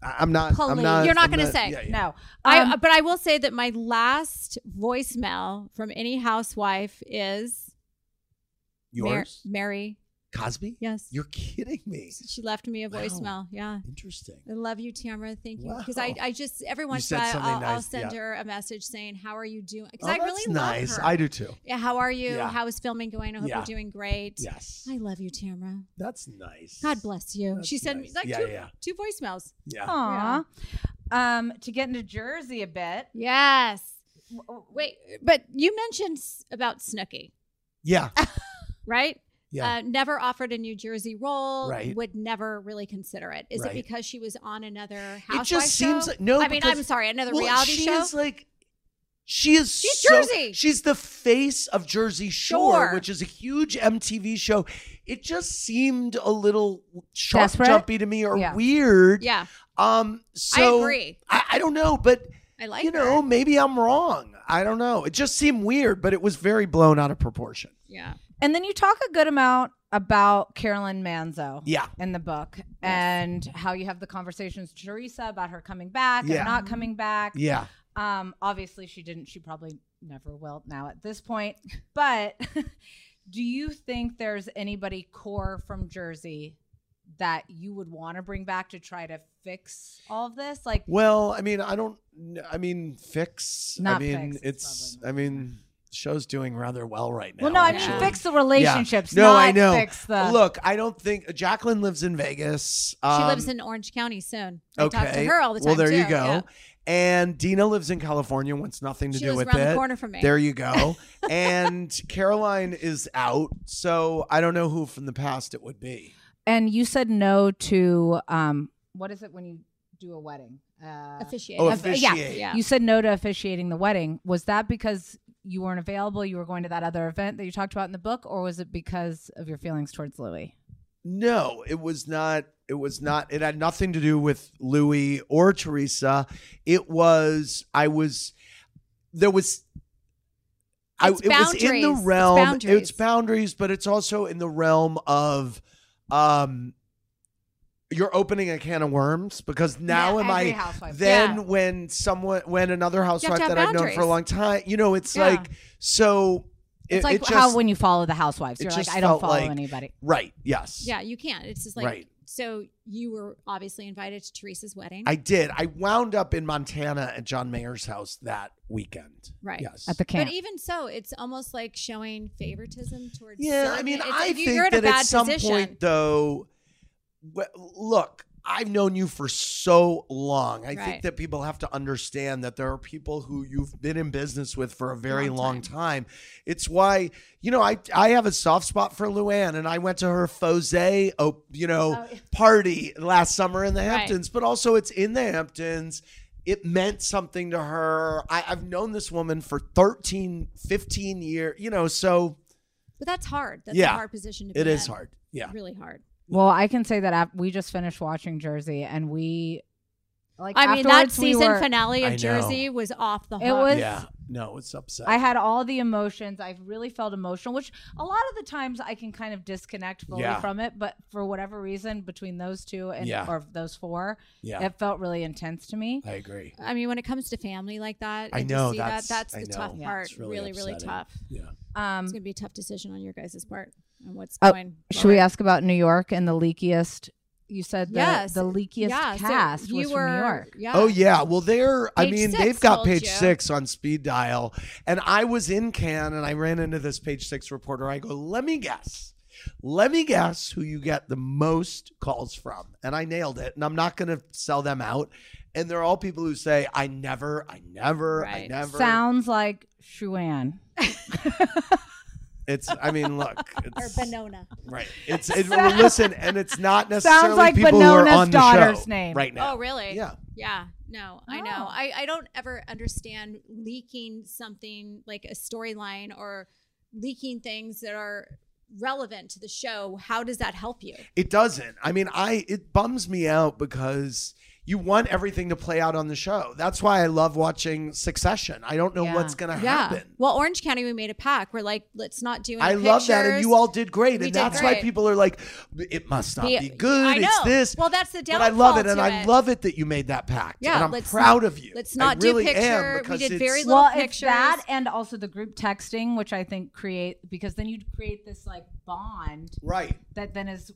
[SPEAKER 5] I- I'm not I'm
[SPEAKER 3] Please.
[SPEAKER 5] not
[SPEAKER 3] You're not
[SPEAKER 5] I'm
[SPEAKER 3] going to say
[SPEAKER 5] yeah, yeah.
[SPEAKER 2] no. Um,
[SPEAKER 3] I, but I will say that my last voicemail from any housewife is Mar-
[SPEAKER 5] Yours?
[SPEAKER 3] Mary.
[SPEAKER 5] Cosby?
[SPEAKER 3] Yes.
[SPEAKER 5] You're kidding me.
[SPEAKER 3] She left me a voicemail. Yeah.
[SPEAKER 5] Interesting.
[SPEAKER 3] I love you, Tamara. Thank you. Because
[SPEAKER 5] Wow.
[SPEAKER 3] I, I just every
[SPEAKER 5] You
[SPEAKER 3] once
[SPEAKER 5] said
[SPEAKER 3] in a while
[SPEAKER 5] something
[SPEAKER 3] I'll, I'll
[SPEAKER 5] nice,
[SPEAKER 3] send
[SPEAKER 5] yeah.
[SPEAKER 3] her a message saying, "How are you doing?" Because
[SPEAKER 5] Oh,
[SPEAKER 3] I
[SPEAKER 5] that's
[SPEAKER 3] really
[SPEAKER 5] nice.
[SPEAKER 3] love her.
[SPEAKER 5] I do too.
[SPEAKER 3] Yeah. How are you?
[SPEAKER 5] Yeah.
[SPEAKER 3] How is filming going? I hope
[SPEAKER 5] Yeah.
[SPEAKER 3] you're doing great.
[SPEAKER 5] Yes.
[SPEAKER 3] I love you, Tamara.
[SPEAKER 5] That's nice.
[SPEAKER 3] God bless you.
[SPEAKER 5] That's
[SPEAKER 3] she sent
[SPEAKER 5] nice.
[SPEAKER 3] me like
[SPEAKER 5] Yeah,
[SPEAKER 3] two,
[SPEAKER 5] yeah.
[SPEAKER 3] two voicemails.
[SPEAKER 5] Yeah.
[SPEAKER 2] Aw. Um, to get into Jersey a bit.
[SPEAKER 3] Yes. Wait, but you mentioned s- about Snooki,
[SPEAKER 5] Yeah.
[SPEAKER 3] right?
[SPEAKER 5] Yeah.
[SPEAKER 3] Uh, never offered a New Jersey role.
[SPEAKER 5] Right.
[SPEAKER 3] Would never really consider it. Is
[SPEAKER 5] Right.
[SPEAKER 3] it because she was on another
[SPEAKER 5] It
[SPEAKER 3] housewife
[SPEAKER 5] just
[SPEAKER 3] show?
[SPEAKER 5] seems like no.
[SPEAKER 3] I mean,
[SPEAKER 5] because-
[SPEAKER 3] I'm sorry, another
[SPEAKER 5] well,
[SPEAKER 3] reality
[SPEAKER 5] she
[SPEAKER 3] show.
[SPEAKER 5] Is like she is.
[SPEAKER 3] She's
[SPEAKER 5] so-
[SPEAKER 3] Jersey.
[SPEAKER 5] She's the face of Jersey Shore,
[SPEAKER 3] Sure.
[SPEAKER 5] which is a huge MTV show. It just seemed a little sharp
[SPEAKER 3] Desperate?
[SPEAKER 5] jumpy to me or
[SPEAKER 3] Yeah.
[SPEAKER 5] weird.
[SPEAKER 3] Yeah.
[SPEAKER 5] Um. So
[SPEAKER 3] agree.
[SPEAKER 5] I, I don't know, but
[SPEAKER 3] I like
[SPEAKER 5] you know oh maybe I'm wrong. I don't know. It just seemed weird, but it was very blown out of proportion.
[SPEAKER 3] Yeah.
[SPEAKER 2] And then you talk a good amount about Carolyn Manzo.
[SPEAKER 5] Yeah.
[SPEAKER 2] In the book and how you have the conversations with Teresa about her coming back
[SPEAKER 5] Yeah.
[SPEAKER 2] and not coming back.
[SPEAKER 5] Yeah.
[SPEAKER 2] Um, obviously she didn't. She probably never will now at this point. But do you think there's anybody core from Jersey that you would want to bring back to try to fix all of this? Like
[SPEAKER 5] Well, I mean, I don't. kn- I mean, fix. I
[SPEAKER 2] Not
[SPEAKER 5] mean,
[SPEAKER 2] fix,
[SPEAKER 5] it's. I mean, show's doing rather well right now.
[SPEAKER 2] Well, no, I mean,
[SPEAKER 5] actually.
[SPEAKER 2] fix the
[SPEAKER 5] Yeah.
[SPEAKER 2] relationships,
[SPEAKER 5] No, I
[SPEAKER 2] not
[SPEAKER 5] know.
[SPEAKER 2] fix
[SPEAKER 3] uh,
[SPEAKER 2] the-
[SPEAKER 5] Look, I don't think Jacqueline lives in Vegas.
[SPEAKER 3] She
[SPEAKER 5] Um,
[SPEAKER 3] lives in Orange County soon. I
[SPEAKER 5] okay.
[SPEAKER 3] talk to her all the time.
[SPEAKER 5] Well, there you
[SPEAKER 3] too.
[SPEAKER 5] go.
[SPEAKER 3] Yeah.
[SPEAKER 5] And Dina lives in California, wants nothing to
[SPEAKER 3] She
[SPEAKER 5] do
[SPEAKER 3] lives
[SPEAKER 5] with
[SPEAKER 3] around
[SPEAKER 5] it.
[SPEAKER 3] the corner from me.
[SPEAKER 5] There you go. and Caroline is out, so I don't know who from the past it would be.
[SPEAKER 2] and you said no to um what is it when you do a wedding uh
[SPEAKER 3] officiate
[SPEAKER 5] Oh,
[SPEAKER 2] yeah.
[SPEAKER 5] officiate. Yeah.
[SPEAKER 2] you said no to officiating the wedding was that because you weren't available you were going to that other event that you talked about in the book or was it because of your feelings towards louis
[SPEAKER 5] No, it was not. It was not. It had nothing to do with Louis or Teresa. It was. I was. There was. I,
[SPEAKER 9] It's
[SPEAKER 5] it was in
[SPEAKER 9] boundaries.
[SPEAKER 5] the
[SPEAKER 9] It's
[SPEAKER 5] realm. It's boundaries.
[SPEAKER 9] boundaries.
[SPEAKER 5] but it's also in the realm of. um you're opening a can of worms because now
[SPEAKER 9] Yeah,
[SPEAKER 5] am
[SPEAKER 9] every
[SPEAKER 5] I
[SPEAKER 9] housewife.
[SPEAKER 5] then
[SPEAKER 9] Yeah.
[SPEAKER 5] when someone when another housewife
[SPEAKER 2] have
[SPEAKER 5] that I've known for a
[SPEAKER 2] boundaries.
[SPEAKER 5] long time you know it's
[SPEAKER 2] Yeah.
[SPEAKER 5] like so it-
[SPEAKER 2] it's like
[SPEAKER 5] it just,
[SPEAKER 2] how when you follow the housewives
[SPEAKER 5] it
[SPEAKER 2] you're like
[SPEAKER 5] just
[SPEAKER 2] i don't
[SPEAKER 5] felt
[SPEAKER 2] follow
[SPEAKER 5] like-
[SPEAKER 2] anybody
[SPEAKER 5] right yes
[SPEAKER 3] Yeah, you can't. It's just like
[SPEAKER 5] Right.
[SPEAKER 3] so you were obviously invited to Teresa's wedding.
[SPEAKER 5] I did. I wound up in Montana at John Mayer's house that weekend.
[SPEAKER 3] Right.
[SPEAKER 5] Yes.
[SPEAKER 3] But e-, even so, it's almost like showing favoritism towards
[SPEAKER 5] yeah, I
[SPEAKER 3] certain-
[SPEAKER 5] mean,
[SPEAKER 3] it's-
[SPEAKER 5] I
[SPEAKER 3] you-
[SPEAKER 5] think
[SPEAKER 3] you're in
[SPEAKER 5] that
[SPEAKER 3] a bad
[SPEAKER 5] at some
[SPEAKER 3] position.
[SPEAKER 5] point, though, well, look, I've known you for so long. I think
[SPEAKER 9] Right.
[SPEAKER 5] that people have to understand that there are people who you've been in business with for a very long, time. It's why, you know, I I have a soft spot for Luann, and I went to her Fose, oh, you know, party last summer in the
[SPEAKER 9] Right.
[SPEAKER 5] Hamptons, but also it's in the Hamptons. It meant something to her. I, I've known this woman for 13, 15 years, you know, so.
[SPEAKER 3] But that's hard. That's
[SPEAKER 5] Yeah.
[SPEAKER 3] a hard position to be
[SPEAKER 5] It
[SPEAKER 3] in.
[SPEAKER 5] is hard. Yeah.
[SPEAKER 3] Really hard.
[SPEAKER 2] well i can say that af- we just finished watching jersey and we like
[SPEAKER 3] I mean, that
[SPEAKER 2] afterwards we
[SPEAKER 3] season
[SPEAKER 2] were-
[SPEAKER 3] finale
[SPEAKER 5] I
[SPEAKER 3] of
[SPEAKER 5] know.
[SPEAKER 3] Jersey was off the hook.
[SPEAKER 2] It was
[SPEAKER 5] Yeah. No, it's upset.
[SPEAKER 2] I had all the emotions. I really felt emotional, which a lot of the times I can kind of disconnect fully
[SPEAKER 5] Yeah.
[SPEAKER 2] from it. But for whatever reason, between those two and
[SPEAKER 5] Yeah.
[SPEAKER 2] or those four,
[SPEAKER 5] Yeah.
[SPEAKER 2] it felt really intense to me.
[SPEAKER 5] I agree.
[SPEAKER 3] I mean, when it comes to family like that,
[SPEAKER 2] I
[SPEAKER 3] and to
[SPEAKER 2] know,
[SPEAKER 3] see
[SPEAKER 2] that's-
[SPEAKER 3] that that's
[SPEAKER 2] I
[SPEAKER 3] the
[SPEAKER 2] know.
[SPEAKER 3] tough
[SPEAKER 2] Yeah,
[SPEAKER 3] part.
[SPEAKER 2] it's really
[SPEAKER 3] really, really,
[SPEAKER 2] upsetting.
[SPEAKER 3] tough.
[SPEAKER 5] Yeah,
[SPEAKER 2] um,
[SPEAKER 3] it's gonna be a tough decision on your guys' part and what's
[SPEAKER 2] Oh,
[SPEAKER 3] going.
[SPEAKER 2] should we ask about New York and the leakiest? You said the,
[SPEAKER 3] Yes.
[SPEAKER 2] the leakiest
[SPEAKER 3] Yeah, so
[SPEAKER 2] cast was
[SPEAKER 3] you
[SPEAKER 2] from New
[SPEAKER 3] were-
[SPEAKER 2] York.
[SPEAKER 3] Yeah.
[SPEAKER 5] Oh yeah. Well, they're. I
[SPEAKER 3] Page
[SPEAKER 5] mean,
[SPEAKER 3] six
[SPEAKER 5] they've got
[SPEAKER 3] told
[SPEAKER 5] page
[SPEAKER 3] you.
[SPEAKER 5] six on speed dial, and I was in Cannes, and I ran into this page six reporter. I go, let me guess. Let me guess who you get the most calls from. And I nailed it. And I'm not going to sell them out. And they're all people who say, I never, I never, I never.
[SPEAKER 2] Sounds like Shuan.
[SPEAKER 5] It's, I mean, look,
[SPEAKER 3] Or
[SPEAKER 5] it's,
[SPEAKER 3] Benona.
[SPEAKER 5] right. It's, it,
[SPEAKER 3] Sounds-
[SPEAKER 5] listen, and it's not necessarily
[SPEAKER 2] Sounds like
[SPEAKER 5] people who are
[SPEAKER 2] Bonona's
[SPEAKER 5] on the
[SPEAKER 2] daughter's
[SPEAKER 5] show
[SPEAKER 2] name.
[SPEAKER 5] right now.
[SPEAKER 3] Oh, really?
[SPEAKER 5] Yeah.
[SPEAKER 3] Yeah. No, I know. I, I don't ever understand leaking something like a storyline or leaking things that are relevant to the show. How does that help you?
[SPEAKER 5] It doesn't. I mean, I it bums me out because you want everything to play out on the show. That's why I love watching Succession. I don't know what's going to happen.
[SPEAKER 3] Well, Orange County, we made a pact. We're like, let's not do. Any
[SPEAKER 5] I love that, and
[SPEAKER 3] pictures.
[SPEAKER 5] you all did great,
[SPEAKER 3] We
[SPEAKER 5] and
[SPEAKER 3] did
[SPEAKER 5] that's why
[SPEAKER 3] great.
[SPEAKER 5] people are like, "It must not
[SPEAKER 3] The-
[SPEAKER 5] be good.
[SPEAKER 3] I
[SPEAKER 5] It's
[SPEAKER 3] know.
[SPEAKER 5] this."
[SPEAKER 3] Well, that's the
[SPEAKER 5] But I love
[SPEAKER 3] downfall
[SPEAKER 5] it, and
[SPEAKER 3] to
[SPEAKER 5] I
[SPEAKER 3] it.
[SPEAKER 5] love it that you made that pact.
[SPEAKER 3] Yeah,
[SPEAKER 5] and I'm
[SPEAKER 3] let's
[SPEAKER 5] proud
[SPEAKER 3] not-
[SPEAKER 5] of you.
[SPEAKER 3] let's
[SPEAKER 5] I
[SPEAKER 3] not do
[SPEAKER 5] really am
[SPEAKER 3] picture. We
[SPEAKER 5] because
[SPEAKER 3] did
[SPEAKER 5] it's-
[SPEAKER 3] very
[SPEAKER 2] well,
[SPEAKER 3] little
[SPEAKER 2] it's that
[SPEAKER 3] pictures.
[SPEAKER 2] and also the group texting, which I think create because then you create this like bond,
[SPEAKER 5] right?
[SPEAKER 2] That then is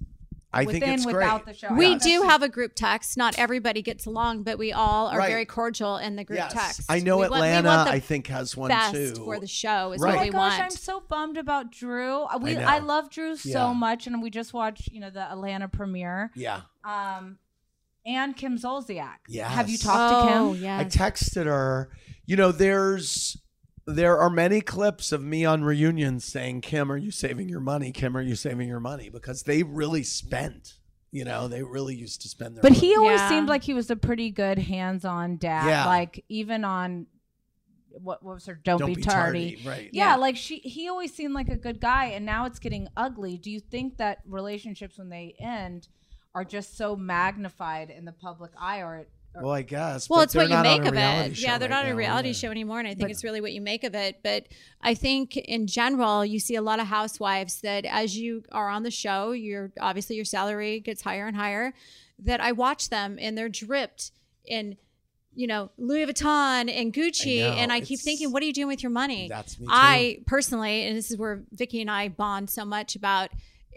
[SPEAKER 5] I think
[SPEAKER 2] within
[SPEAKER 5] it's great.
[SPEAKER 2] without the show. I
[SPEAKER 3] We
[SPEAKER 2] think
[SPEAKER 3] do
[SPEAKER 2] that's-
[SPEAKER 3] have a group text. Not everybody gets along, but we all are
[SPEAKER 5] Right.
[SPEAKER 3] very cordial in the group
[SPEAKER 5] Yes.
[SPEAKER 3] text.
[SPEAKER 5] I know
[SPEAKER 3] We want- we
[SPEAKER 5] Atlanta.
[SPEAKER 3] want the
[SPEAKER 5] I think has one
[SPEAKER 3] best
[SPEAKER 5] too.
[SPEAKER 3] for the show is
[SPEAKER 5] Right.
[SPEAKER 3] what
[SPEAKER 2] Oh
[SPEAKER 3] we
[SPEAKER 2] my gosh,
[SPEAKER 3] want.
[SPEAKER 2] I'm so bummed about Drew. Uh, We
[SPEAKER 5] know.
[SPEAKER 2] I, love Drew
[SPEAKER 5] Yeah.
[SPEAKER 2] so much, and we just watched you know the Atlanta premiere.
[SPEAKER 5] Yeah.
[SPEAKER 2] Um, and Kim Zolciak.
[SPEAKER 5] Yeah.
[SPEAKER 2] Have you talked to Kim?
[SPEAKER 3] Oh,
[SPEAKER 5] I texted her. You know, there's there are many clips of me on reunions saying, "Kim, are you saving your money? Kim, are you saving your money?" Because they really spent. You know, they really used to spend their.
[SPEAKER 2] But
[SPEAKER 5] money.
[SPEAKER 2] he always
[SPEAKER 3] Yeah.
[SPEAKER 2] seemed like he was a pretty good hands-on dad.
[SPEAKER 5] Yeah.
[SPEAKER 2] Like even on what, what was her Don't, be, tardy.
[SPEAKER 5] right.
[SPEAKER 2] Yeah, like she he always seemed like a good guy and now it's getting ugly. Do you think that relationships when they end are just so magnified in the public eye or, or
[SPEAKER 5] Well, I guess.
[SPEAKER 3] Well,
[SPEAKER 5] but
[SPEAKER 3] it's what
[SPEAKER 5] they're
[SPEAKER 3] you
[SPEAKER 5] not on
[SPEAKER 3] make
[SPEAKER 5] a
[SPEAKER 3] of
[SPEAKER 5] reality
[SPEAKER 3] it.
[SPEAKER 5] show
[SPEAKER 3] Yeah, they're
[SPEAKER 5] right
[SPEAKER 3] not a
[SPEAKER 5] now,
[SPEAKER 3] reality
[SPEAKER 5] either.
[SPEAKER 3] show anymore, and I think
[SPEAKER 5] But-
[SPEAKER 3] it's really what you make of it. But I think in general, you see a lot of housewives that as you are on the show, you're obviously your salary gets higher and higher. That I watch them and they're dripped in, you know, Louis Vuitton and Gucci,
[SPEAKER 2] I know,
[SPEAKER 3] and I keep thinking, what are you doing with your money?
[SPEAKER 2] That's me
[SPEAKER 3] I personally, and this is where Vicky and I bond so much about.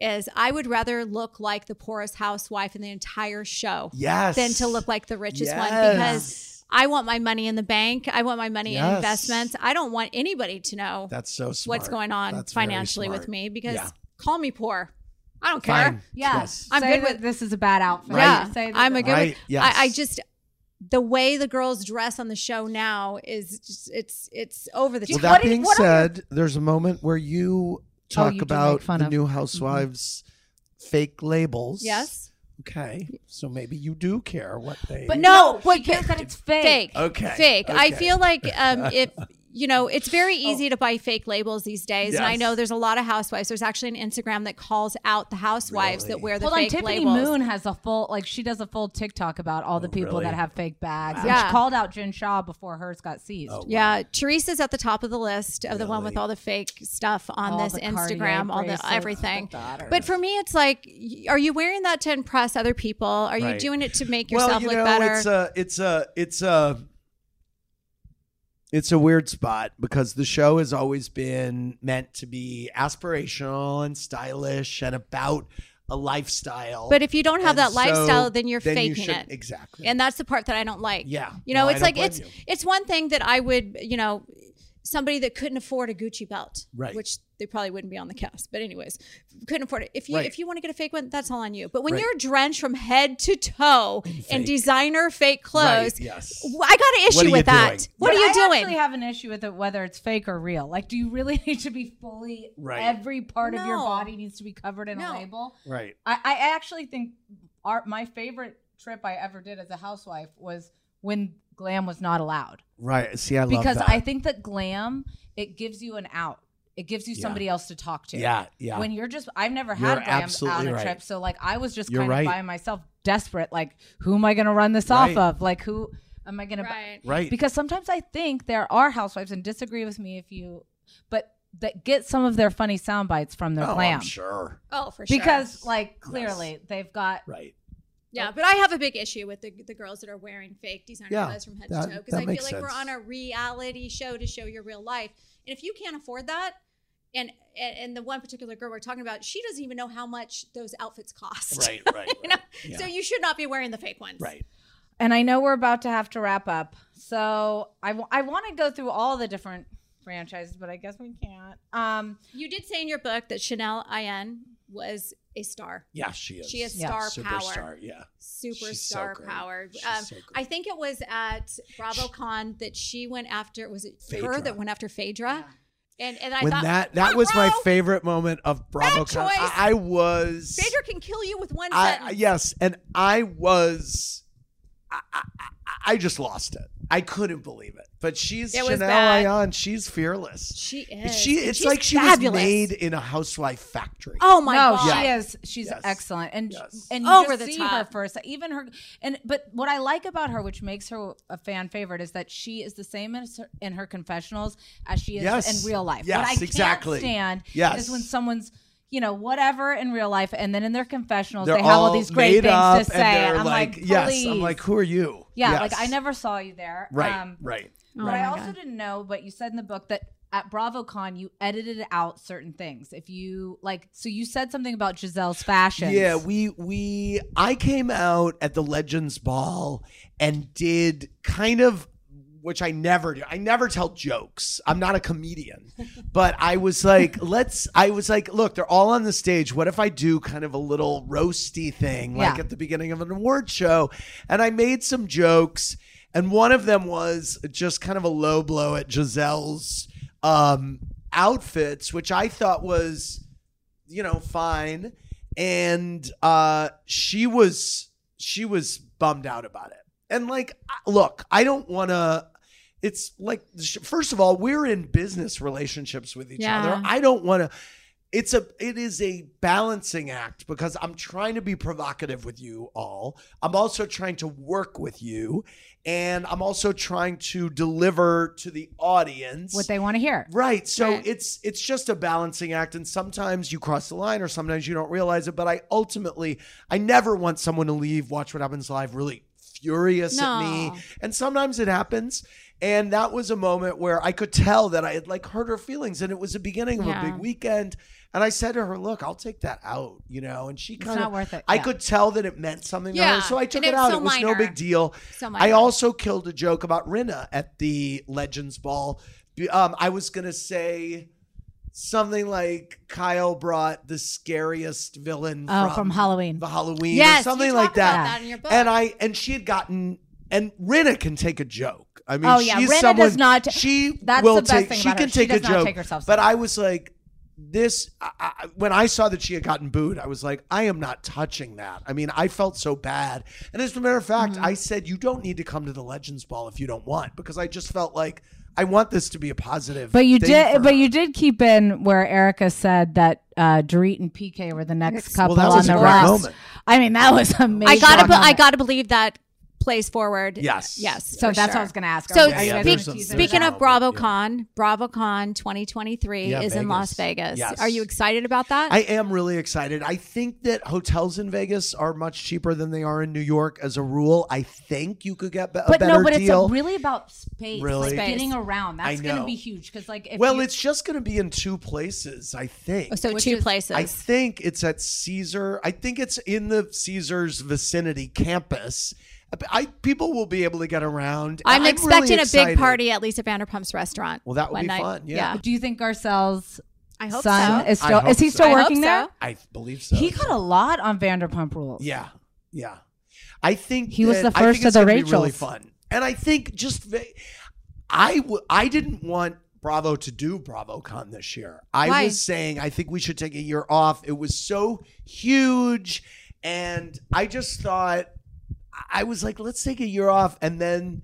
[SPEAKER 3] Is I would rather look like the poorest housewife in the entire show,
[SPEAKER 5] Yes.
[SPEAKER 3] than to look like the richest one
[SPEAKER 5] Yes.
[SPEAKER 3] because I want my money in the bank. I want my money
[SPEAKER 5] Yes.
[SPEAKER 3] in investments. I don't want anybody to know
[SPEAKER 5] That's so smart.
[SPEAKER 3] what's going on
[SPEAKER 5] That's very
[SPEAKER 3] financially with
[SPEAKER 5] smart.
[SPEAKER 3] me because
[SPEAKER 5] Yeah.
[SPEAKER 3] call me poor. I don't
[SPEAKER 5] Fine.
[SPEAKER 3] care.
[SPEAKER 2] Yeah.
[SPEAKER 3] I'm
[SPEAKER 2] Say
[SPEAKER 3] good
[SPEAKER 2] that
[SPEAKER 3] with
[SPEAKER 2] this is a bad outfit.
[SPEAKER 3] Yeah.
[SPEAKER 2] Say that-
[SPEAKER 3] I'm a good
[SPEAKER 5] Right, yes.
[SPEAKER 3] I, I just the way the girls dress on the show now is just it's it's over the
[SPEAKER 5] Well,
[SPEAKER 3] top.
[SPEAKER 5] that being said, there's a moment where you talk
[SPEAKER 3] Oh, you do
[SPEAKER 5] about
[SPEAKER 3] make fun
[SPEAKER 5] the
[SPEAKER 3] of-
[SPEAKER 5] new housewives' fake labels.
[SPEAKER 3] Yes.
[SPEAKER 5] Okay. So maybe you do care what they.
[SPEAKER 3] But no,
[SPEAKER 2] what cares that it's fake?
[SPEAKER 3] Fake.
[SPEAKER 5] Okay,
[SPEAKER 3] Fake. I
[SPEAKER 5] okay.
[SPEAKER 3] feel like um, if you know, it's very easy to buy fake labels these days, and I
[SPEAKER 2] Yes.
[SPEAKER 3] know there's a lot of housewives. There's actually an Instagram that calls out the housewives that wear the
[SPEAKER 2] Hold on,
[SPEAKER 3] fake
[SPEAKER 2] Tiffany
[SPEAKER 3] labels.
[SPEAKER 2] Moon has a full like she does a full TikTok about all the people
[SPEAKER 3] really?
[SPEAKER 2] that have fake bags. And
[SPEAKER 3] Yeah.
[SPEAKER 2] she called out Jen Shaw before hers got seized.
[SPEAKER 3] Yeah, Teresa's at the top of the list of the one with all the fake stuff on
[SPEAKER 2] All
[SPEAKER 3] this
[SPEAKER 2] the Cartier
[SPEAKER 3] Instagram, all the
[SPEAKER 2] bracelets,
[SPEAKER 3] everything.
[SPEAKER 2] the daughters.
[SPEAKER 3] but for me, it's like, y- are you wearing that to impress other people? Are you
[SPEAKER 5] Right.
[SPEAKER 3] doing it to make
[SPEAKER 5] well,
[SPEAKER 3] yourself
[SPEAKER 5] you
[SPEAKER 3] look
[SPEAKER 5] know,
[SPEAKER 3] better?
[SPEAKER 5] it's a, it's a, it's a, it's a weird spot because the show has always been meant to be aspirational and stylish and about a lifestyle.
[SPEAKER 3] but if you don't have
[SPEAKER 5] And
[SPEAKER 3] that
[SPEAKER 5] so
[SPEAKER 3] lifestyle, then you're
[SPEAKER 5] you
[SPEAKER 3] faking
[SPEAKER 5] should-
[SPEAKER 3] it.
[SPEAKER 5] Exactly.
[SPEAKER 3] And that's the part that I don't like.
[SPEAKER 5] Yeah.
[SPEAKER 3] You know,
[SPEAKER 5] No, I
[SPEAKER 3] it's
[SPEAKER 5] don't
[SPEAKER 3] like
[SPEAKER 5] blame
[SPEAKER 3] it's
[SPEAKER 5] you.
[SPEAKER 3] it's one thing that I would, you know, somebody that couldn't afford a Gucci belt.
[SPEAKER 5] Right.
[SPEAKER 3] Which they probably wouldn't be on the cast. But anyways, couldn't afford it. If you
[SPEAKER 5] Right.
[SPEAKER 3] if you want to get a fake one, that's all on you. But when
[SPEAKER 5] Right.
[SPEAKER 3] you're drenched from head to toe in
[SPEAKER 5] fake.
[SPEAKER 3] designer fake
[SPEAKER 5] Right,
[SPEAKER 3] clothes,
[SPEAKER 5] yes.
[SPEAKER 3] w- I got an
[SPEAKER 5] What are
[SPEAKER 3] issue
[SPEAKER 5] you
[SPEAKER 3] with that.
[SPEAKER 5] doing?
[SPEAKER 3] What
[SPEAKER 2] But
[SPEAKER 3] are you
[SPEAKER 2] I
[SPEAKER 3] doing?
[SPEAKER 2] actually have an issue with it whether it's fake or real. Like, do you really need to be fully?
[SPEAKER 5] Right.
[SPEAKER 2] Every part of your
[SPEAKER 3] No.
[SPEAKER 2] body needs to be covered in a label.
[SPEAKER 5] Right.
[SPEAKER 2] I, I actually think our my favorite trip I ever did as a housewife was when glam was not allowed
[SPEAKER 5] Right. See, I love
[SPEAKER 2] because
[SPEAKER 5] that.
[SPEAKER 2] I think that glam it gives you an out. It gives you
[SPEAKER 5] Yeah.
[SPEAKER 2] somebody else to talk to.
[SPEAKER 5] Yeah, yeah.
[SPEAKER 2] When you're just, I've never
[SPEAKER 5] You're
[SPEAKER 2] had glam on
[SPEAKER 5] absolutely
[SPEAKER 2] a
[SPEAKER 5] right.
[SPEAKER 2] trip, so like I was just
[SPEAKER 5] You're
[SPEAKER 2] kind
[SPEAKER 5] right.
[SPEAKER 2] of by myself, desperate. Like, who am I going to run this
[SPEAKER 5] Right.
[SPEAKER 2] off of? Like, who? am I going
[SPEAKER 3] Right.
[SPEAKER 2] to
[SPEAKER 9] Right.
[SPEAKER 2] Because sometimes I think there are housewives and disagree with me if you, but that get some of their funny sound bites from their
[SPEAKER 3] Oh, I'm
[SPEAKER 2] glam.
[SPEAKER 5] sure.
[SPEAKER 3] Oh, for sure.
[SPEAKER 2] Because like clearly they've got
[SPEAKER 5] right.
[SPEAKER 3] Yeah, but I have a big issue with the, the girls that are wearing fake designer
[SPEAKER 2] Yeah,
[SPEAKER 3] clothes from head
[SPEAKER 2] that-
[SPEAKER 3] to toe because
[SPEAKER 2] that
[SPEAKER 3] I feel
[SPEAKER 2] makes
[SPEAKER 3] like we're
[SPEAKER 2] sense.
[SPEAKER 3] on a reality show to show your real life, and if you can't afford that, and and, and the one particular girl we're talking about, she doesn't even know how much those outfits cost.
[SPEAKER 2] Right,
[SPEAKER 3] right. you know? So you should not be wearing the fake ones.
[SPEAKER 5] Right.
[SPEAKER 2] And I know we're about to have to wrap up. So I want to go through all the different franchises, but I guess we can't. Um,
[SPEAKER 3] you did say in your book that Chanel In was a star.
[SPEAKER 5] Yeah, she is.
[SPEAKER 3] She has
[SPEAKER 5] Yeah.
[SPEAKER 3] star power.
[SPEAKER 5] Superstar, yeah. She's so
[SPEAKER 3] Superstar
[SPEAKER 5] great.
[SPEAKER 3] power.
[SPEAKER 5] She's
[SPEAKER 3] Um,
[SPEAKER 5] so great.
[SPEAKER 3] I think it was at BravoCon that she went after, was it her
[SPEAKER 5] Phaedra.
[SPEAKER 3] that went after Phaedra? And, and I
[SPEAKER 5] when
[SPEAKER 3] thought, "Oh,
[SPEAKER 5] that that was my favorite moment of BravoCon.
[SPEAKER 3] choice.
[SPEAKER 5] I, I was
[SPEAKER 3] Phaedra can kill you with one
[SPEAKER 5] I,
[SPEAKER 3] sentence.
[SPEAKER 5] yes, and I was. I, I, I just lost it. I couldn't believe it. But she's
[SPEAKER 3] It was
[SPEAKER 5] Chanel
[SPEAKER 3] bad.
[SPEAKER 5] Ayan. She's fearless.
[SPEAKER 3] She
[SPEAKER 5] It's-
[SPEAKER 3] is.
[SPEAKER 5] She.
[SPEAKER 3] And
[SPEAKER 5] It's
[SPEAKER 3] she's
[SPEAKER 5] like she
[SPEAKER 3] fabulous.
[SPEAKER 5] was made in a housewife factory.
[SPEAKER 3] Oh my
[SPEAKER 2] no,
[SPEAKER 3] God.
[SPEAKER 2] she
[SPEAKER 5] Yeah.
[SPEAKER 2] is. She's excellent, and and you
[SPEAKER 3] Over
[SPEAKER 2] just
[SPEAKER 3] the
[SPEAKER 2] see
[SPEAKER 3] top.
[SPEAKER 2] her first. Even her, and but what I like about her, which makes her a fan favorite, is that she is the same as her, in her confessionals as she is
[SPEAKER 5] Yes.
[SPEAKER 2] in real life.
[SPEAKER 5] Yes,
[SPEAKER 2] what I
[SPEAKER 5] exactly.
[SPEAKER 2] can't stand
[SPEAKER 5] Yes.
[SPEAKER 2] is when someone's. You know, whatever in real life, and then in their confessionals,
[SPEAKER 5] They're
[SPEAKER 2] they have all
[SPEAKER 5] all
[SPEAKER 2] these great
[SPEAKER 5] made
[SPEAKER 2] things
[SPEAKER 5] up,
[SPEAKER 2] to
[SPEAKER 5] and
[SPEAKER 2] say.
[SPEAKER 5] they're
[SPEAKER 2] I'm like,
[SPEAKER 5] like, yes. I'm
[SPEAKER 2] "Please."
[SPEAKER 5] like, who are you?
[SPEAKER 2] Yeah,
[SPEAKER 5] Yes.
[SPEAKER 2] like I never saw you there. um,
[SPEAKER 5] Right, right,
[SPEAKER 2] But
[SPEAKER 5] right.
[SPEAKER 2] I also didn't know, but you said in the book that at BravoCon you edited out certain things. If you like, so you said something about Giselle's fashion.
[SPEAKER 5] Yeah, we we I came out at the Legends Ball and did kind of which I never do. I never tell jokes. I'm not a comedian. But I was like, let's I was like, look, they're all on the stage. What if I do kind of a little roasty thing like
[SPEAKER 10] Yeah.
[SPEAKER 5] at the beginning of an award show? And I made some jokes and one of them was just kind of a low blow at Giselle's um outfits, which I thought was you know, fine. And uh, she was she was bummed out about it. And like, I- look, I don't want to. It's like, sh- first of all, we're in business relationships with each
[SPEAKER 10] Yeah.
[SPEAKER 5] other. I don't want to. It's a it is a balancing act because I'm trying to be provocative with you all. I'm also trying to work with you, and I'm also trying to deliver to the audience
[SPEAKER 2] What they want to hear.
[SPEAKER 5] Right. So it's it's just a balancing act and sometimes you cross the line or sometimes you don't realize it, but I ultimately I never want someone to leave watch what happens live really furious at me.
[SPEAKER 10] No.
[SPEAKER 5] And sometimes it happens and that was a moment where I could tell that I had like hurt her feelings and it was the beginning of
[SPEAKER 10] Yeah.
[SPEAKER 5] a big weekend and I said to her, "Look, I'll take that out," you know, and she
[SPEAKER 10] It's
[SPEAKER 5] kind of
[SPEAKER 10] not worth it,
[SPEAKER 5] I
[SPEAKER 10] yeah.
[SPEAKER 5] could tell that it meant something to
[SPEAKER 10] Yeah,
[SPEAKER 5] her, so I
[SPEAKER 10] and
[SPEAKER 5] took
[SPEAKER 10] it
[SPEAKER 5] it
[SPEAKER 10] was
[SPEAKER 5] out.
[SPEAKER 10] so
[SPEAKER 5] it was no
[SPEAKER 10] minor.
[SPEAKER 5] big deal.
[SPEAKER 10] So
[SPEAKER 5] I
[SPEAKER 10] minor.
[SPEAKER 5] also also killed a joke about Rinna at the Legends Ball. Be- Um, I was gonna say something like Kyle brought the scariest villain
[SPEAKER 2] Oh,
[SPEAKER 5] from,
[SPEAKER 2] from Halloween.
[SPEAKER 5] the Halloween,
[SPEAKER 2] Yes,
[SPEAKER 5] or
[SPEAKER 2] you
[SPEAKER 5] something
[SPEAKER 2] talk
[SPEAKER 5] like
[SPEAKER 2] about
[SPEAKER 5] that.
[SPEAKER 2] that in your book.
[SPEAKER 5] And I and she had gotten and Rinna can take a joke. I mean,
[SPEAKER 2] oh yeah,
[SPEAKER 5] she's
[SPEAKER 2] Renna
[SPEAKER 5] someone
[SPEAKER 2] does not.
[SPEAKER 5] she
[SPEAKER 2] that's
[SPEAKER 5] will
[SPEAKER 2] the best
[SPEAKER 5] take.
[SPEAKER 2] thing
[SPEAKER 5] she
[SPEAKER 2] about
[SPEAKER 5] can
[SPEAKER 2] her.
[SPEAKER 5] take
[SPEAKER 2] she
[SPEAKER 5] a
[SPEAKER 2] does not
[SPEAKER 5] joke,
[SPEAKER 2] Take herself
[SPEAKER 5] but I was like, this. I, I, when I saw that she had gotten booed, I was like, I am not touching that. I mean, I felt so bad. And as a matter of fact,
[SPEAKER 2] Mm-hmm.
[SPEAKER 5] I said, you don't need to come to the Legends Ball if you don't want, because I just felt like I want this to be a positive.
[SPEAKER 2] But you
[SPEAKER 5] thing for
[SPEAKER 2] did. But you did keep in where Erica said that uh, Dorit and PK were the next
[SPEAKER 5] Well,
[SPEAKER 2] couple
[SPEAKER 5] that was
[SPEAKER 2] on
[SPEAKER 5] a
[SPEAKER 2] the
[SPEAKER 5] great
[SPEAKER 2] rest.
[SPEAKER 5] moment.
[SPEAKER 2] I mean, that was amazing.
[SPEAKER 3] I gotta, be- I
[SPEAKER 2] moment.
[SPEAKER 3] gotta believe that plays forward.
[SPEAKER 2] Yes.
[SPEAKER 3] yes.
[SPEAKER 2] So
[SPEAKER 3] for
[SPEAKER 2] that's what
[SPEAKER 3] sure.
[SPEAKER 2] I was gonna ask. Oh,
[SPEAKER 3] So
[SPEAKER 2] Are you guys
[SPEAKER 3] speak-
[SPEAKER 2] gonna tease it
[SPEAKER 3] speaking
[SPEAKER 2] out?
[SPEAKER 3] of BravoCon, BravoCon 2023
[SPEAKER 5] Yeah,
[SPEAKER 3] is in
[SPEAKER 5] Vegas.
[SPEAKER 3] Las Vegas.
[SPEAKER 5] Yes.
[SPEAKER 3] Are you excited about that?
[SPEAKER 5] I am really excited. I think that hotels in Vegas are much cheaper than they are in New York as a rule. I think you could get be- a
[SPEAKER 2] but
[SPEAKER 5] better
[SPEAKER 2] no, but
[SPEAKER 5] deal.
[SPEAKER 2] it's a, really about space,
[SPEAKER 5] Really?
[SPEAKER 2] like
[SPEAKER 5] Space.
[SPEAKER 2] getting around.
[SPEAKER 5] I
[SPEAKER 2] That's going
[SPEAKER 5] know.
[SPEAKER 2] to be huge because, like, if
[SPEAKER 5] well,
[SPEAKER 2] you-
[SPEAKER 5] it's just going to be in two places, I think.
[SPEAKER 3] So Which two is- places.
[SPEAKER 5] I think it's at Caesar. I think it's in the Caesar's vicinity campus. I, I- people will be able to get around.
[SPEAKER 3] I'm,
[SPEAKER 5] really
[SPEAKER 3] expecting a big
[SPEAKER 5] excited.
[SPEAKER 3] party at Lisa Vanderpump's restaurant.
[SPEAKER 5] Well, that would
[SPEAKER 3] one
[SPEAKER 5] be
[SPEAKER 3] night.
[SPEAKER 5] fun, yeah.
[SPEAKER 2] Do you think Garcelle's
[SPEAKER 3] I hope
[SPEAKER 2] son
[SPEAKER 3] so.
[SPEAKER 2] is
[SPEAKER 5] I
[SPEAKER 2] still
[SPEAKER 5] hope
[SPEAKER 2] is he
[SPEAKER 5] so.
[SPEAKER 2] still
[SPEAKER 5] I hope
[SPEAKER 2] working
[SPEAKER 5] so.
[SPEAKER 2] there?
[SPEAKER 5] I believe so.
[SPEAKER 2] He got a lot on Vanderpump Rules.
[SPEAKER 5] Yeah, yeah. I think
[SPEAKER 2] He was
[SPEAKER 5] that-
[SPEAKER 2] the
[SPEAKER 5] I think
[SPEAKER 2] first of
[SPEAKER 5] it's
[SPEAKER 2] the
[SPEAKER 5] gonna be Really
[SPEAKER 2] Rachels.
[SPEAKER 5] fun, and I think just Ve- I w- I didn't want Bravo to do BravoCon this year. I
[SPEAKER 10] Why?
[SPEAKER 5] was saying I think we should take a year off. It was so huge, and I just thought I was like, let's take a year off, and then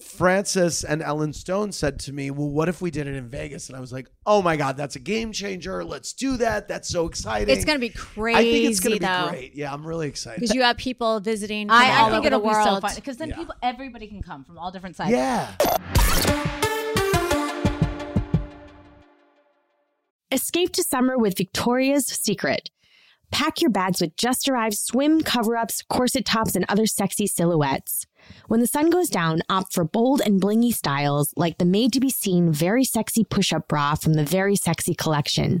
[SPEAKER 5] Francis and Ellen Stone said to me, Well, what if we did it in Vegas? And I was like, Oh my God, that's a game changer. Let's do that. That's so exciting.
[SPEAKER 3] It's gonna be
[SPEAKER 5] I think it's going to be
[SPEAKER 3] crazy, though.
[SPEAKER 5] great. Yeah, I'm really excited.
[SPEAKER 3] Because you have people visiting from
[SPEAKER 2] I,
[SPEAKER 3] all
[SPEAKER 2] I think
[SPEAKER 3] over
[SPEAKER 2] it'll
[SPEAKER 3] the
[SPEAKER 2] be
[SPEAKER 3] world.
[SPEAKER 2] so fun because then people, everybody can come from all different sides.
[SPEAKER 5] Yeah.
[SPEAKER 6] Escape to summer with Victoria's Secret. Pack your bags with just arrived swim cover ups, corset tops, and other sexy silhouettes. When the sun goes down, opt for bold and blingy styles like the made to be seen very sexy push up bra from the Very Sexy collection.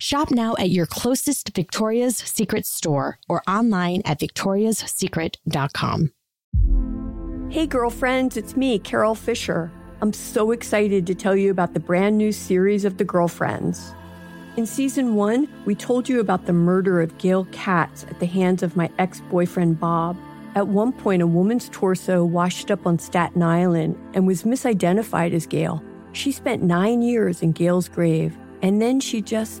[SPEAKER 6] Shop now at your closest Victoria's Secret store or online at victoriassecret.com.
[SPEAKER 7] Hey, girlfriends, it's me, Carol Fisher. I'm so excited to tell you about the brand new series of The Girlfriends. In season one, we told you about the murder of Gail Katz at the hands of my ex boyfriend, Bob. At one point, a woman's torso washed up on Staten Island and was misidentified as Gail. She spent nine years in Gail's grave, and then she just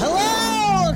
[SPEAKER 1] Hello,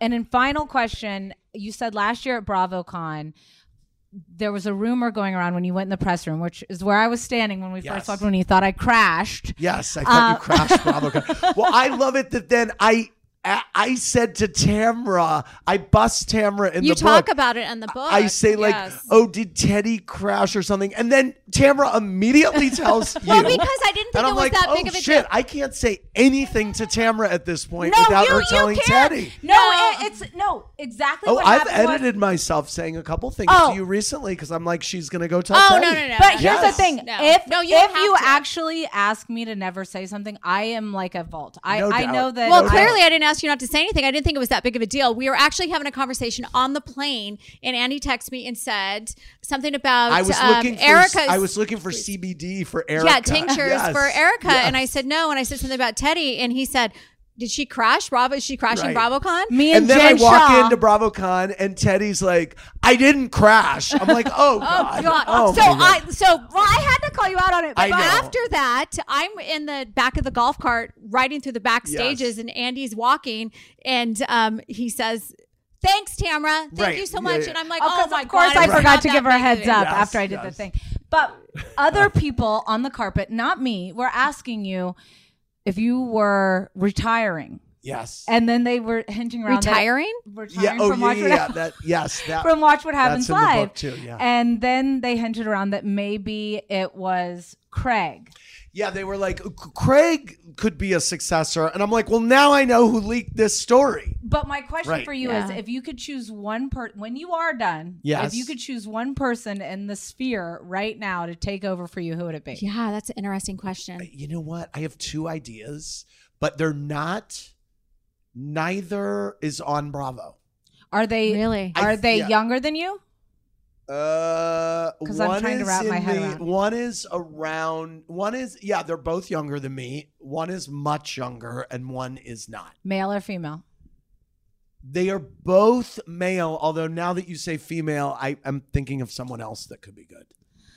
[SPEAKER 2] And in final question, you said last year at BravoCon, there was a rumor going around when you went in the press room, which is where I was standing when we
[SPEAKER 5] Yes.
[SPEAKER 2] first talked. When you thought I crashed,
[SPEAKER 5] Yes, I thought you
[SPEAKER 2] Uh,
[SPEAKER 5] crashed BravoCon. well, I love it that then I I- I said to Tamra, I bust Tamra in
[SPEAKER 3] you
[SPEAKER 5] the
[SPEAKER 3] talk
[SPEAKER 5] book.
[SPEAKER 3] about it in the book.
[SPEAKER 5] I say like,
[SPEAKER 3] yes.
[SPEAKER 5] oh, did Teddy crash or something? And then Tamra immediately tells you.
[SPEAKER 3] Well, because I didn't think
[SPEAKER 5] and
[SPEAKER 3] it
[SPEAKER 5] I'm
[SPEAKER 3] was
[SPEAKER 5] like,
[SPEAKER 3] that
[SPEAKER 5] oh,
[SPEAKER 3] big of a
[SPEAKER 5] shit,
[SPEAKER 3] deal."
[SPEAKER 5] I can't say anything to Tamra at this point
[SPEAKER 2] No,
[SPEAKER 5] without
[SPEAKER 2] you-
[SPEAKER 5] her
[SPEAKER 2] you
[SPEAKER 5] telling
[SPEAKER 2] can't.
[SPEAKER 5] Teddy.
[SPEAKER 2] No, it- it's no exactly.
[SPEAKER 5] Oh,
[SPEAKER 2] what
[SPEAKER 5] I've
[SPEAKER 2] happened was-
[SPEAKER 5] edited myself saying a couple things
[SPEAKER 2] Oh.
[SPEAKER 5] to you recently because I'm like, she's gonna go tell.
[SPEAKER 3] Oh,
[SPEAKER 5] Teddy.
[SPEAKER 2] But here's
[SPEAKER 5] Yes.
[SPEAKER 2] the thing: if
[SPEAKER 3] No, you
[SPEAKER 2] if
[SPEAKER 3] have
[SPEAKER 2] you
[SPEAKER 3] to.
[SPEAKER 2] actually ask me to never say something, I am like a vault. I
[SPEAKER 3] No
[SPEAKER 2] I
[SPEAKER 3] doubt.
[SPEAKER 2] know that.
[SPEAKER 3] Well,
[SPEAKER 2] I-
[SPEAKER 3] clearly, I didn't ask you not to say anything. I didn't think it was that big of a deal. We were actually having a conversation on the plane, and Andy texted me and said something about
[SPEAKER 5] I was
[SPEAKER 3] um,
[SPEAKER 5] looking for
[SPEAKER 3] Erica's.
[SPEAKER 5] I was looking for CBD for Erica.
[SPEAKER 3] Yeah, tinctures
[SPEAKER 5] Yes.
[SPEAKER 3] for Erica. And I
[SPEAKER 5] Yes.
[SPEAKER 3] said no. And I said something about Teddy. And he said, Did she crash? Bravo? Is she crashing
[SPEAKER 5] Right.
[SPEAKER 3] BravoCon?
[SPEAKER 5] and then I walk into BravoCon and Teddy's like, I didn't crash. I'm like, oh, God. Oh,
[SPEAKER 3] so
[SPEAKER 5] my
[SPEAKER 3] I
[SPEAKER 5] God.
[SPEAKER 3] so well, I had to call you out on it.
[SPEAKER 5] I
[SPEAKER 3] But
[SPEAKER 5] know.
[SPEAKER 3] after that, I'm in the back of the golf cart riding through the back
[SPEAKER 5] Yes.
[SPEAKER 3] stages, and Andy's walking, and um, he says. Thanks, Tamara. Thank
[SPEAKER 2] Right.
[SPEAKER 3] you so
[SPEAKER 2] Yeah,
[SPEAKER 3] much.
[SPEAKER 2] yeah.
[SPEAKER 3] And I'm like,
[SPEAKER 2] Oh,
[SPEAKER 3] oh,
[SPEAKER 2] 'cause
[SPEAKER 3] my
[SPEAKER 2] of course
[SPEAKER 3] God,
[SPEAKER 2] I
[SPEAKER 3] forgot
[SPEAKER 2] forgot to
[SPEAKER 3] that
[SPEAKER 2] give her a
[SPEAKER 3] big
[SPEAKER 2] heads
[SPEAKER 3] thing.
[SPEAKER 2] up after I did the thing. But other people on the carpet, not me, were asking you if you were retiring.
[SPEAKER 5] Yes.
[SPEAKER 2] And then they were hinting around that-
[SPEAKER 3] Retiring?
[SPEAKER 2] retiring
[SPEAKER 5] Yeah. Oh,
[SPEAKER 2] from
[SPEAKER 5] yeah,
[SPEAKER 2] Watch
[SPEAKER 5] yeah,
[SPEAKER 2] What
[SPEAKER 5] yeah.
[SPEAKER 2] Happens-
[SPEAKER 5] That, yes. That,
[SPEAKER 2] from Watch What Happens
[SPEAKER 5] that's in the
[SPEAKER 2] Live.
[SPEAKER 5] book, too. Yeah.
[SPEAKER 2] And then they hinted around that maybe it was Craig.
[SPEAKER 5] Yeah, they were like, Craig could be a successor. And I'm like, well, now I know who leaked this story.
[SPEAKER 2] But my question
[SPEAKER 5] Right.
[SPEAKER 2] for you is
[SPEAKER 5] Yeah.
[SPEAKER 2] if you could choose one person when you are done,
[SPEAKER 5] Yes.
[SPEAKER 2] if you could choose one person in the sphere right now to take over for you, who would it be?
[SPEAKER 3] Yeah, that's an interesting question.
[SPEAKER 5] You know what? I have two ideas, but they're not, neither is on Bravo.
[SPEAKER 2] Are they
[SPEAKER 3] really?
[SPEAKER 2] Are
[SPEAKER 5] I-
[SPEAKER 2] they
[SPEAKER 5] yeah.
[SPEAKER 2] younger than you?
[SPEAKER 5] Uh,
[SPEAKER 2] 'Cause I'm
[SPEAKER 5] one
[SPEAKER 2] trying to
[SPEAKER 5] is
[SPEAKER 2] wrap
[SPEAKER 5] in
[SPEAKER 2] my head
[SPEAKER 5] the-
[SPEAKER 2] around it.
[SPEAKER 5] One is around. One is yeah. They're both younger than me. One is much younger, and one is not.
[SPEAKER 2] Male or female?
[SPEAKER 5] They are both male. Although now that you say female, I am thinking of someone else that could be good.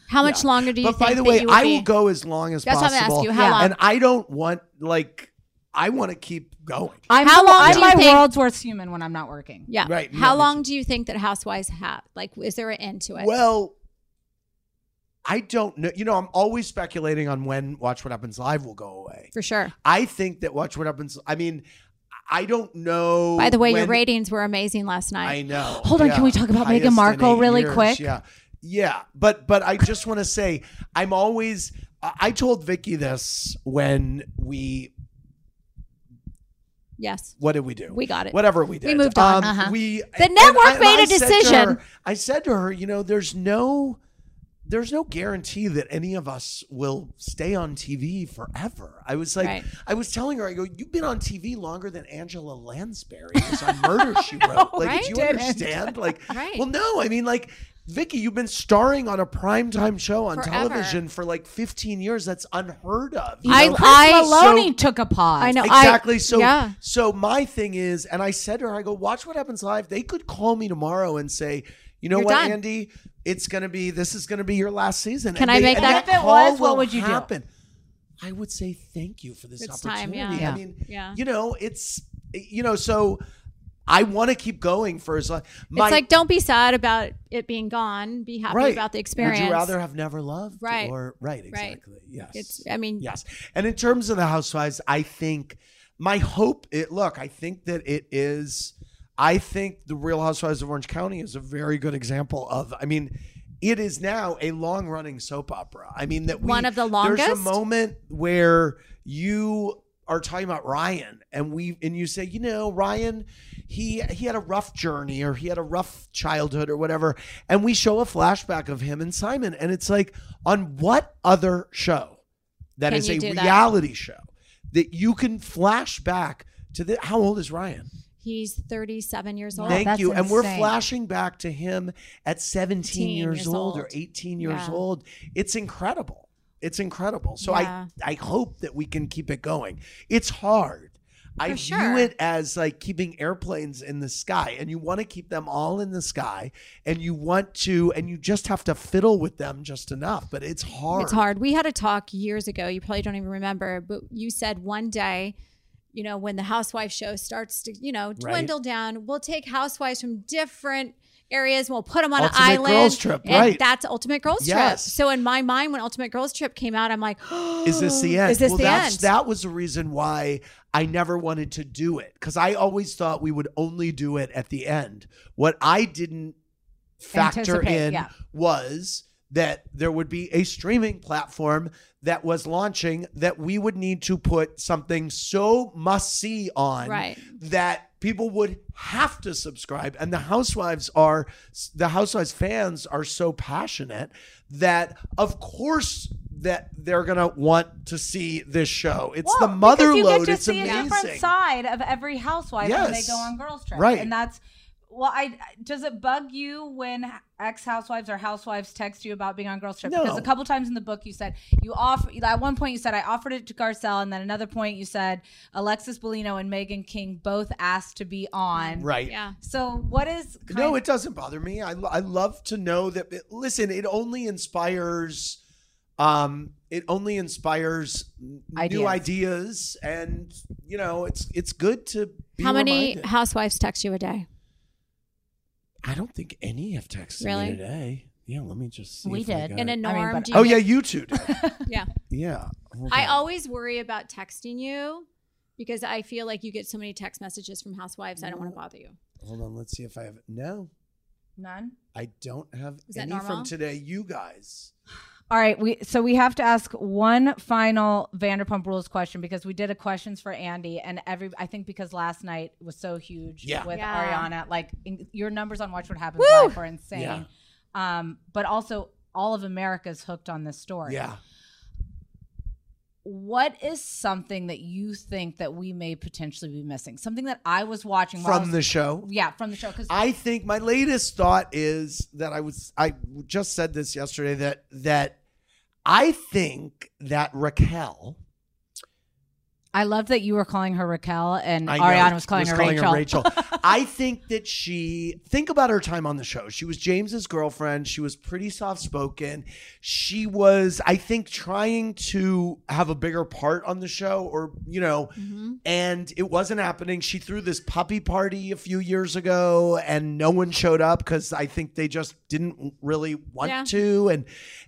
[SPEAKER 3] How much
[SPEAKER 5] Yeah.
[SPEAKER 3] longer do you
[SPEAKER 5] But
[SPEAKER 3] think
[SPEAKER 5] by the
[SPEAKER 3] that
[SPEAKER 5] way,
[SPEAKER 3] you would
[SPEAKER 5] I
[SPEAKER 3] be?
[SPEAKER 5] will go as long as
[SPEAKER 3] That's what I'm
[SPEAKER 5] possible.
[SPEAKER 3] asking you, how Yeah. long?
[SPEAKER 5] And I don't want like I want to keep going.
[SPEAKER 2] I'm
[SPEAKER 3] How long
[SPEAKER 2] I'm
[SPEAKER 3] do you
[SPEAKER 2] my
[SPEAKER 3] think-
[SPEAKER 2] world's worth human when I'm not working.
[SPEAKER 3] Yeah.
[SPEAKER 5] Right,
[SPEAKER 3] How
[SPEAKER 5] no, me
[SPEAKER 3] long do you think that housewives have? Like, is there an end to it?
[SPEAKER 5] Well, I don't know. You know, I'm always speculating on when Watch What Happens Live will go away.
[SPEAKER 3] for sure.
[SPEAKER 5] I think that Watch What Happens. I mean, I don't know.
[SPEAKER 3] By the way, your
[SPEAKER 5] when-
[SPEAKER 3] ratings were amazing last night.
[SPEAKER 5] I know.
[SPEAKER 3] Hold on,
[SPEAKER 5] Yeah.
[SPEAKER 3] can we talk about Meghan
[SPEAKER 5] Highest in
[SPEAKER 3] Markle
[SPEAKER 5] eight
[SPEAKER 3] really
[SPEAKER 5] years,
[SPEAKER 3] quick?
[SPEAKER 5] Yeah, yeah. But but I just want to say I'm always. I I told Vicky this when we.
[SPEAKER 3] Yes.
[SPEAKER 5] What did we do?
[SPEAKER 3] We got it.
[SPEAKER 5] Whatever we did.
[SPEAKER 3] We moved on.
[SPEAKER 5] Um,
[SPEAKER 3] Uh-huh.
[SPEAKER 5] We
[SPEAKER 3] The
[SPEAKER 5] and
[SPEAKER 3] network
[SPEAKER 5] I- and
[SPEAKER 3] made
[SPEAKER 5] I
[SPEAKER 3] a
[SPEAKER 5] said to
[SPEAKER 3] decision.
[SPEAKER 5] her- I said to her, you know, there's no. There's no guarantee that any of us will stay on TV forever. I was like,
[SPEAKER 11] Right.
[SPEAKER 5] I was telling her, I go, you've been on TV longer than Angela Lansbury was on Murder She Wrote. Like,
[SPEAKER 11] right?
[SPEAKER 5] did you
[SPEAKER 11] Didn't.
[SPEAKER 5] understand? Like,
[SPEAKER 11] Right.
[SPEAKER 5] well, no, I mean, like, Vicky, you've been starring on a primetime show on
[SPEAKER 3] Forever.
[SPEAKER 5] television for like 15 years. That's unheard of.
[SPEAKER 2] I-
[SPEAKER 5] know?
[SPEAKER 2] Chris I- Maloney took a pause. I know, I-
[SPEAKER 5] Exactly. so,
[SPEAKER 2] yeah.
[SPEAKER 5] so my thing is, and I said to her, I go, watch what happens live. They could call me tomorrow and say, you know
[SPEAKER 2] You're
[SPEAKER 5] what,
[SPEAKER 2] done.
[SPEAKER 5] Andy, it's going to be, this is going to be your last season.
[SPEAKER 3] Can
[SPEAKER 5] And
[SPEAKER 3] I
[SPEAKER 5] they-
[SPEAKER 3] make
[SPEAKER 5] and
[SPEAKER 3] that-
[SPEAKER 5] that
[SPEAKER 3] If it
[SPEAKER 5] call
[SPEAKER 3] was, what
[SPEAKER 5] will
[SPEAKER 3] would you do?
[SPEAKER 5] happen. I would say thank you for this
[SPEAKER 3] It's time,
[SPEAKER 5] opportunity.
[SPEAKER 3] yeah.
[SPEAKER 5] I
[SPEAKER 3] Yeah.
[SPEAKER 5] mean,
[SPEAKER 3] Yeah.
[SPEAKER 5] you know, it's, you know, so I want to keep going for as long.
[SPEAKER 3] it's like don't be sad about it being gone. Be happy about the experience.
[SPEAKER 5] Would you rather have never loved?
[SPEAKER 3] Right.
[SPEAKER 5] Or right,
[SPEAKER 3] Right.
[SPEAKER 5] exactly. Yes.
[SPEAKER 3] It's- I mean-
[SPEAKER 5] Yes. And in terms of the housewives, I think my hope it look, I think that it is I think the Real Housewives of Orange County is a very good example of I mean, it is now a long running soap opera. I mean that we,
[SPEAKER 3] One of the
[SPEAKER 5] There's a
[SPEAKER 3] longest?
[SPEAKER 5] moment where you are talking about Ryan and we and you say, you know, Ryan, he he had a rough journey or he had a rough childhood or whatever. And we show a flashback of him and Simon. And it's like, on what other show that
[SPEAKER 3] Can
[SPEAKER 5] is
[SPEAKER 3] you
[SPEAKER 5] a
[SPEAKER 3] do that?
[SPEAKER 5] reality show that you can flash back to the how old is Ryan?
[SPEAKER 3] He's 37 years old.
[SPEAKER 5] Thank you. And we're flashing back to him at 17
[SPEAKER 3] 18
[SPEAKER 5] years,
[SPEAKER 3] years
[SPEAKER 5] old,
[SPEAKER 3] old.
[SPEAKER 5] or 18 years
[SPEAKER 3] Yeah.
[SPEAKER 5] old. It's incredible. It's incredible. So
[SPEAKER 3] Yeah.
[SPEAKER 5] I I hope that we can keep it going. It's hard. I
[SPEAKER 3] For
[SPEAKER 5] view
[SPEAKER 3] sure.
[SPEAKER 5] it as like keeping airplanes in the sky and you want to keep them all in the sky and you want to and you just have to fiddle with them just enough, but it's hard.
[SPEAKER 3] It's hard. We had a talk years ago. You probably don't even remember, but you said one day, you know, when the housewife show starts to, you know, dwindle down, we'll take housewives from different areas and we'll put them on
[SPEAKER 5] Ultimate
[SPEAKER 3] an island.
[SPEAKER 5] Girls Trip,
[SPEAKER 3] and
[SPEAKER 5] right.
[SPEAKER 3] That's Ultimate Girls Trip.
[SPEAKER 5] Yes.
[SPEAKER 3] So in my mind, when Ultimate Girls Trip came out, I'm like,
[SPEAKER 5] Is this the end?
[SPEAKER 3] Is this
[SPEAKER 5] well,
[SPEAKER 3] the
[SPEAKER 5] that's,
[SPEAKER 3] end?
[SPEAKER 5] That was the reason why I never wanted to do it because I always thought we would only do it at the end. What I didn't factor
[SPEAKER 2] Anticipate,
[SPEAKER 5] in
[SPEAKER 2] yeah.
[SPEAKER 5] was that there would be a streaming platform that was launching that we would need to put something so must see on
[SPEAKER 3] Right.
[SPEAKER 5] that people would have to subscribe and the housewives are the housewives fans are so passionate that of course that they're going to want to see this show it's the mother
[SPEAKER 2] Because you
[SPEAKER 5] load
[SPEAKER 2] get to
[SPEAKER 5] it's
[SPEAKER 2] see a
[SPEAKER 5] amazing
[SPEAKER 2] different side of every housewife when they
[SPEAKER 5] Yes.
[SPEAKER 2] go on girls trip
[SPEAKER 5] Right.
[SPEAKER 2] and that's Well, I does it bug you when ex housewives or housewives text you about being on girls trip?
[SPEAKER 11] No.
[SPEAKER 2] Because a couple times in the book you said you offer at one point you said I offered it to Garcelle, and then another point you said Alexis Bellino and Megan King both asked to be on.
[SPEAKER 5] Right. Yeah.
[SPEAKER 2] So what is
[SPEAKER 5] no, it doesn't bother me. I, I love to know that. It, listen, it only inspires, um, it only inspires n-
[SPEAKER 3] Ideas.
[SPEAKER 5] new ideas, and you know, it's it's good to. Be
[SPEAKER 3] How many
[SPEAKER 5] reminded.
[SPEAKER 3] housewives text you a day?
[SPEAKER 5] I don't think any have texted me
[SPEAKER 3] Really?
[SPEAKER 5] today. Yeah, let me just. See
[SPEAKER 3] We
[SPEAKER 5] if I
[SPEAKER 3] did.
[SPEAKER 5] got
[SPEAKER 3] And
[SPEAKER 5] it.
[SPEAKER 3] a I mean, norm, but- do you
[SPEAKER 5] oh yeah,
[SPEAKER 3] get-
[SPEAKER 5] you two. Did.
[SPEAKER 3] yeah.
[SPEAKER 5] yeah. Hold
[SPEAKER 3] I
[SPEAKER 5] on.
[SPEAKER 3] always worry about texting you because I feel like you get so many text messages from housewives. I don't want to bother you.
[SPEAKER 5] Hold on. Let's see if I have. No,
[SPEAKER 2] none?
[SPEAKER 5] I don't have
[SPEAKER 3] Is that
[SPEAKER 5] any
[SPEAKER 3] normal?
[SPEAKER 5] from today. You guys.
[SPEAKER 2] All right, we so we have to ask one final Vanderpump Rules question because we did a questions for Andy and every I think because last night was so huge
[SPEAKER 11] Yeah.
[SPEAKER 2] with
[SPEAKER 11] Yeah.
[SPEAKER 2] Ariana like in, your numbers on Watch What Happens
[SPEAKER 11] Woo!
[SPEAKER 2] Live are insane,
[SPEAKER 11] Yeah.
[SPEAKER 2] um, but also all of America's hooked on this story.
[SPEAKER 11] Yeah.
[SPEAKER 2] What is something that you think that we may potentially be missing? Something that I was watching while I
[SPEAKER 5] From
[SPEAKER 2] was-
[SPEAKER 5] the show?
[SPEAKER 2] Yeah, from the show because
[SPEAKER 5] I think my latest thought is that I was I just said this yesterday that that I think that Raquel
[SPEAKER 2] I love that you were calling her Raquel and
[SPEAKER 5] I know,
[SPEAKER 2] Ariana was calling, her, Rachel.
[SPEAKER 5] I think that she think about her time on the show. She was James's girlfriend. She was pretty soft spoken. She was, I think, trying to have a bigger part on the show, or you know, and it wasn't happening. She threw this puppy party a few years ago, and no one showed up because I think they just didn't really want
[SPEAKER 11] Yeah.
[SPEAKER 5] to, and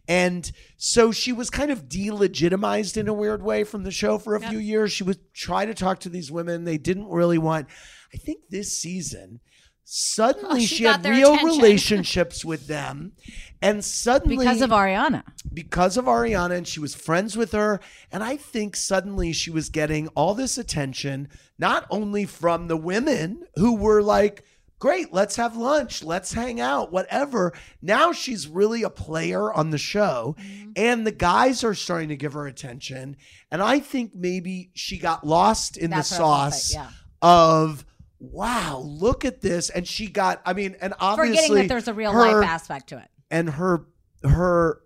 [SPEAKER 5] and so she was kind of delegitimized in a weird way from the show for a
[SPEAKER 11] Yep.
[SPEAKER 5] few years. She would try to talk to these women; they didn't really want. I think this season. Suddenly,
[SPEAKER 11] Oh, she
[SPEAKER 5] she,
[SPEAKER 11] got
[SPEAKER 5] had
[SPEAKER 11] their
[SPEAKER 5] real
[SPEAKER 11] attention.
[SPEAKER 5] relationships with them, and suddenly
[SPEAKER 2] Because of Ariana,
[SPEAKER 5] because of Ariana, and she was friends with her. And I think suddenly she was getting all this attention, not only from the women who were like, great, let's have lunch, let's hang out, whatever. Now she's really a player on the show, and the guys are starting to give her attention. And I think maybe she got lost in
[SPEAKER 11] That's what
[SPEAKER 5] the
[SPEAKER 11] I was gonna
[SPEAKER 5] sauce
[SPEAKER 11] say, yeah.
[SPEAKER 5] of. Wow, look at this. And she got, I mean, and obviously
[SPEAKER 2] forgetting that there's a real
[SPEAKER 5] her-
[SPEAKER 2] life aspect to it.
[SPEAKER 5] and her her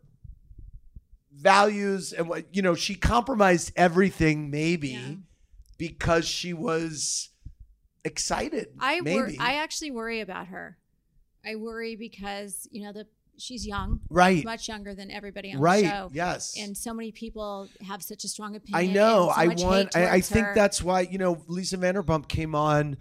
[SPEAKER 5] values and what you know she compromised everything maybe because she was excited
[SPEAKER 3] I wor-
[SPEAKER 5] maybe
[SPEAKER 3] I actually worry about her. I worry because you know the she's young,
[SPEAKER 5] Right.
[SPEAKER 3] Much younger than everybody on
[SPEAKER 5] Right,
[SPEAKER 3] the show.
[SPEAKER 5] yes.
[SPEAKER 3] and so many people have such a strong opinion.
[SPEAKER 5] I know
[SPEAKER 3] and so
[SPEAKER 5] I
[SPEAKER 3] much hate
[SPEAKER 5] want I, I
[SPEAKER 3] towards
[SPEAKER 5] think
[SPEAKER 3] her.
[SPEAKER 5] that's why you know Lisa Vanderpump came on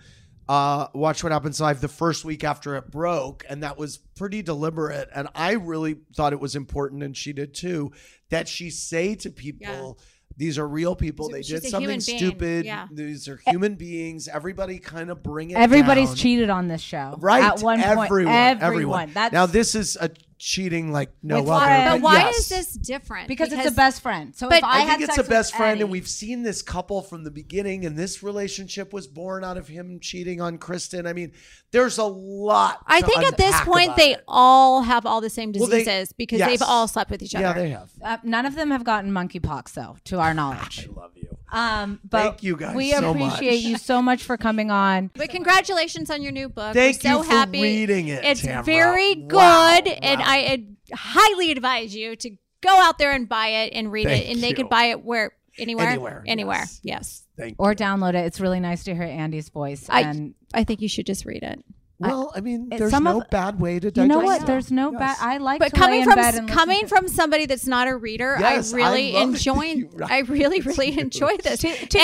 [SPEAKER 5] uh watch what happens live the first week after it broke and that was pretty deliberate and I really thought it was important and she did too that she say to people These are real people. They
[SPEAKER 11] She's
[SPEAKER 5] did
[SPEAKER 11] a
[SPEAKER 5] something
[SPEAKER 11] human being,
[SPEAKER 5] stupid.
[SPEAKER 11] yeah.
[SPEAKER 5] These are human beings. Everybody kind of bring it.
[SPEAKER 2] Everybody's
[SPEAKER 5] down.
[SPEAKER 2] cheated on this show,
[SPEAKER 5] Right.
[SPEAKER 2] At one
[SPEAKER 5] everyone,
[SPEAKER 2] point, everyone.
[SPEAKER 5] Everyone.
[SPEAKER 2] That's
[SPEAKER 5] now this is a cheating like no
[SPEAKER 2] With
[SPEAKER 5] other.
[SPEAKER 2] why-
[SPEAKER 5] but
[SPEAKER 2] but why
[SPEAKER 5] yes.
[SPEAKER 3] uh, is this different?
[SPEAKER 2] Because it's a best friend. So if I
[SPEAKER 5] Oh, think
[SPEAKER 2] had
[SPEAKER 5] it's
[SPEAKER 2] sex
[SPEAKER 5] a
[SPEAKER 2] with
[SPEAKER 5] best friend,
[SPEAKER 2] Eddie-
[SPEAKER 5] and we've seen this couple from the beginning, and this relationship was born out of him cheating on Kristen. I mean, there's a lot.
[SPEAKER 3] I
[SPEAKER 5] to
[SPEAKER 3] think at this
[SPEAKER 5] unpack
[SPEAKER 3] point
[SPEAKER 5] about
[SPEAKER 3] they
[SPEAKER 5] it.
[SPEAKER 3] all have all the same
[SPEAKER 5] Well, they-
[SPEAKER 3] diseases because
[SPEAKER 5] yes.
[SPEAKER 3] they've all slept with each other.
[SPEAKER 5] Yeah, they have.
[SPEAKER 2] Uh, none of them have gotten monkeypox, though, to our knowledge. I love you. Um, but
[SPEAKER 5] Thank you guys
[SPEAKER 2] We
[SPEAKER 5] so much.
[SPEAKER 2] appreciate you so much for coming on.
[SPEAKER 3] But congratulations on your new book.
[SPEAKER 2] Thank
[SPEAKER 3] We're so
[SPEAKER 2] you for
[SPEAKER 3] happy.
[SPEAKER 2] reading it,
[SPEAKER 3] It's
[SPEAKER 2] Tamara.
[SPEAKER 3] very good,
[SPEAKER 2] Wow,
[SPEAKER 3] and I ad- highly advise you to go out there and buy it and read
[SPEAKER 2] Thank
[SPEAKER 3] it. And they
[SPEAKER 2] you.
[SPEAKER 3] could buy it where anywhere,
[SPEAKER 2] Anywhere,
[SPEAKER 3] anywhere.
[SPEAKER 2] yes.
[SPEAKER 3] Yes.
[SPEAKER 5] Thank
[SPEAKER 2] or download it. It's really nice to hear Andy's voice.
[SPEAKER 3] I
[SPEAKER 2] and
[SPEAKER 3] I think you should just read it.
[SPEAKER 5] Well, I mean,
[SPEAKER 2] it-
[SPEAKER 5] there's
[SPEAKER 2] some
[SPEAKER 5] no
[SPEAKER 2] of-
[SPEAKER 5] bad way to digest.
[SPEAKER 2] you know what?
[SPEAKER 5] it.
[SPEAKER 2] There's no bad. I like,
[SPEAKER 3] But
[SPEAKER 2] to lay
[SPEAKER 3] coming
[SPEAKER 2] in
[SPEAKER 3] from
[SPEAKER 2] bed
[SPEAKER 3] s-
[SPEAKER 2] and listen
[SPEAKER 3] coming from somebody that's not a reader,
[SPEAKER 2] Yes, I
[SPEAKER 3] I really
[SPEAKER 2] love it.
[SPEAKER 3] enjoy. I really, really enjoy this.
[SPEAKER 2] to each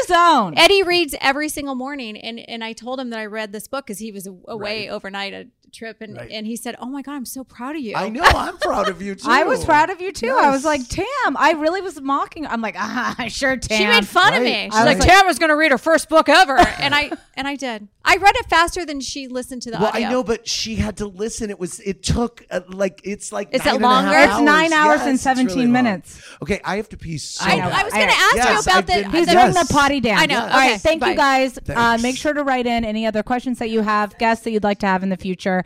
[SPEAKER 2] his own.
[SPEAKER 3] Eddie reads every single morning, and and I told him that I read this book because he was away overnight a trip, and
[SPEAKER 2] Right.
[SPEAKER 3] and he said, "Oh my god, I'm so proud of you."
[SPEAKER 5] I know. I'm proud of you too.
[SPEAKER 2] I was proud of you too. I was like, Tam. I really was mocking. I'm like, ah, sure, Tam.
[SPEAKER 3] She made fun of me. She's like, Tamara's going to read her first book ever. and I and I did. I read it faster than she listened to the
[SPEAKER 5] well,
[SPEAKER 3] audio.
[SPEAKER 5] I know, but she had to listen. It was. It took uh, like it's like.
[SPEAKER 3] Is it
[SPEAKER 5] nine and a
[SPEAKER 3] longer?
[SPEAKER 5] half
[SPEAKER 2] It's nine hours
[SPEAKER 5] Yes,
[SPEAKER 2] and
[SPEAKER 5] it's really
[SPEAKER 2] 17
[SPEAKER 5] long.
[SPEAKER 2] minutes.
[SPEAKER 5] Okay, I have to pee so
[SPEAKER 2] I know.
[SPEAKER 5] bad.
[SPEAKER 2] I was gonna ask you
[SPEAKER 5] Yes,
[SPEAKER 2] about
[SPEAKER 5] I've
[SPEAKER 2] the-
[SPEAKER 5] been-
[SPEAKER 2] He's
[SPEAKER 5] yes.
[SPEAKER 2] doing the potty dance.
[SPEAKER 3] I know.
[SPEAKER 2] All right.
[SPEAKER 3] Okay,
[SPEAKER 2] Thank you
[SPEAKER 3] bye.
[SPEAKER 2] guys. Uh,
[SPEAKER 5] Thanks.
[SPEAKER 2] make sure to write in any other questions that you have, guests that you'd like to have in the future,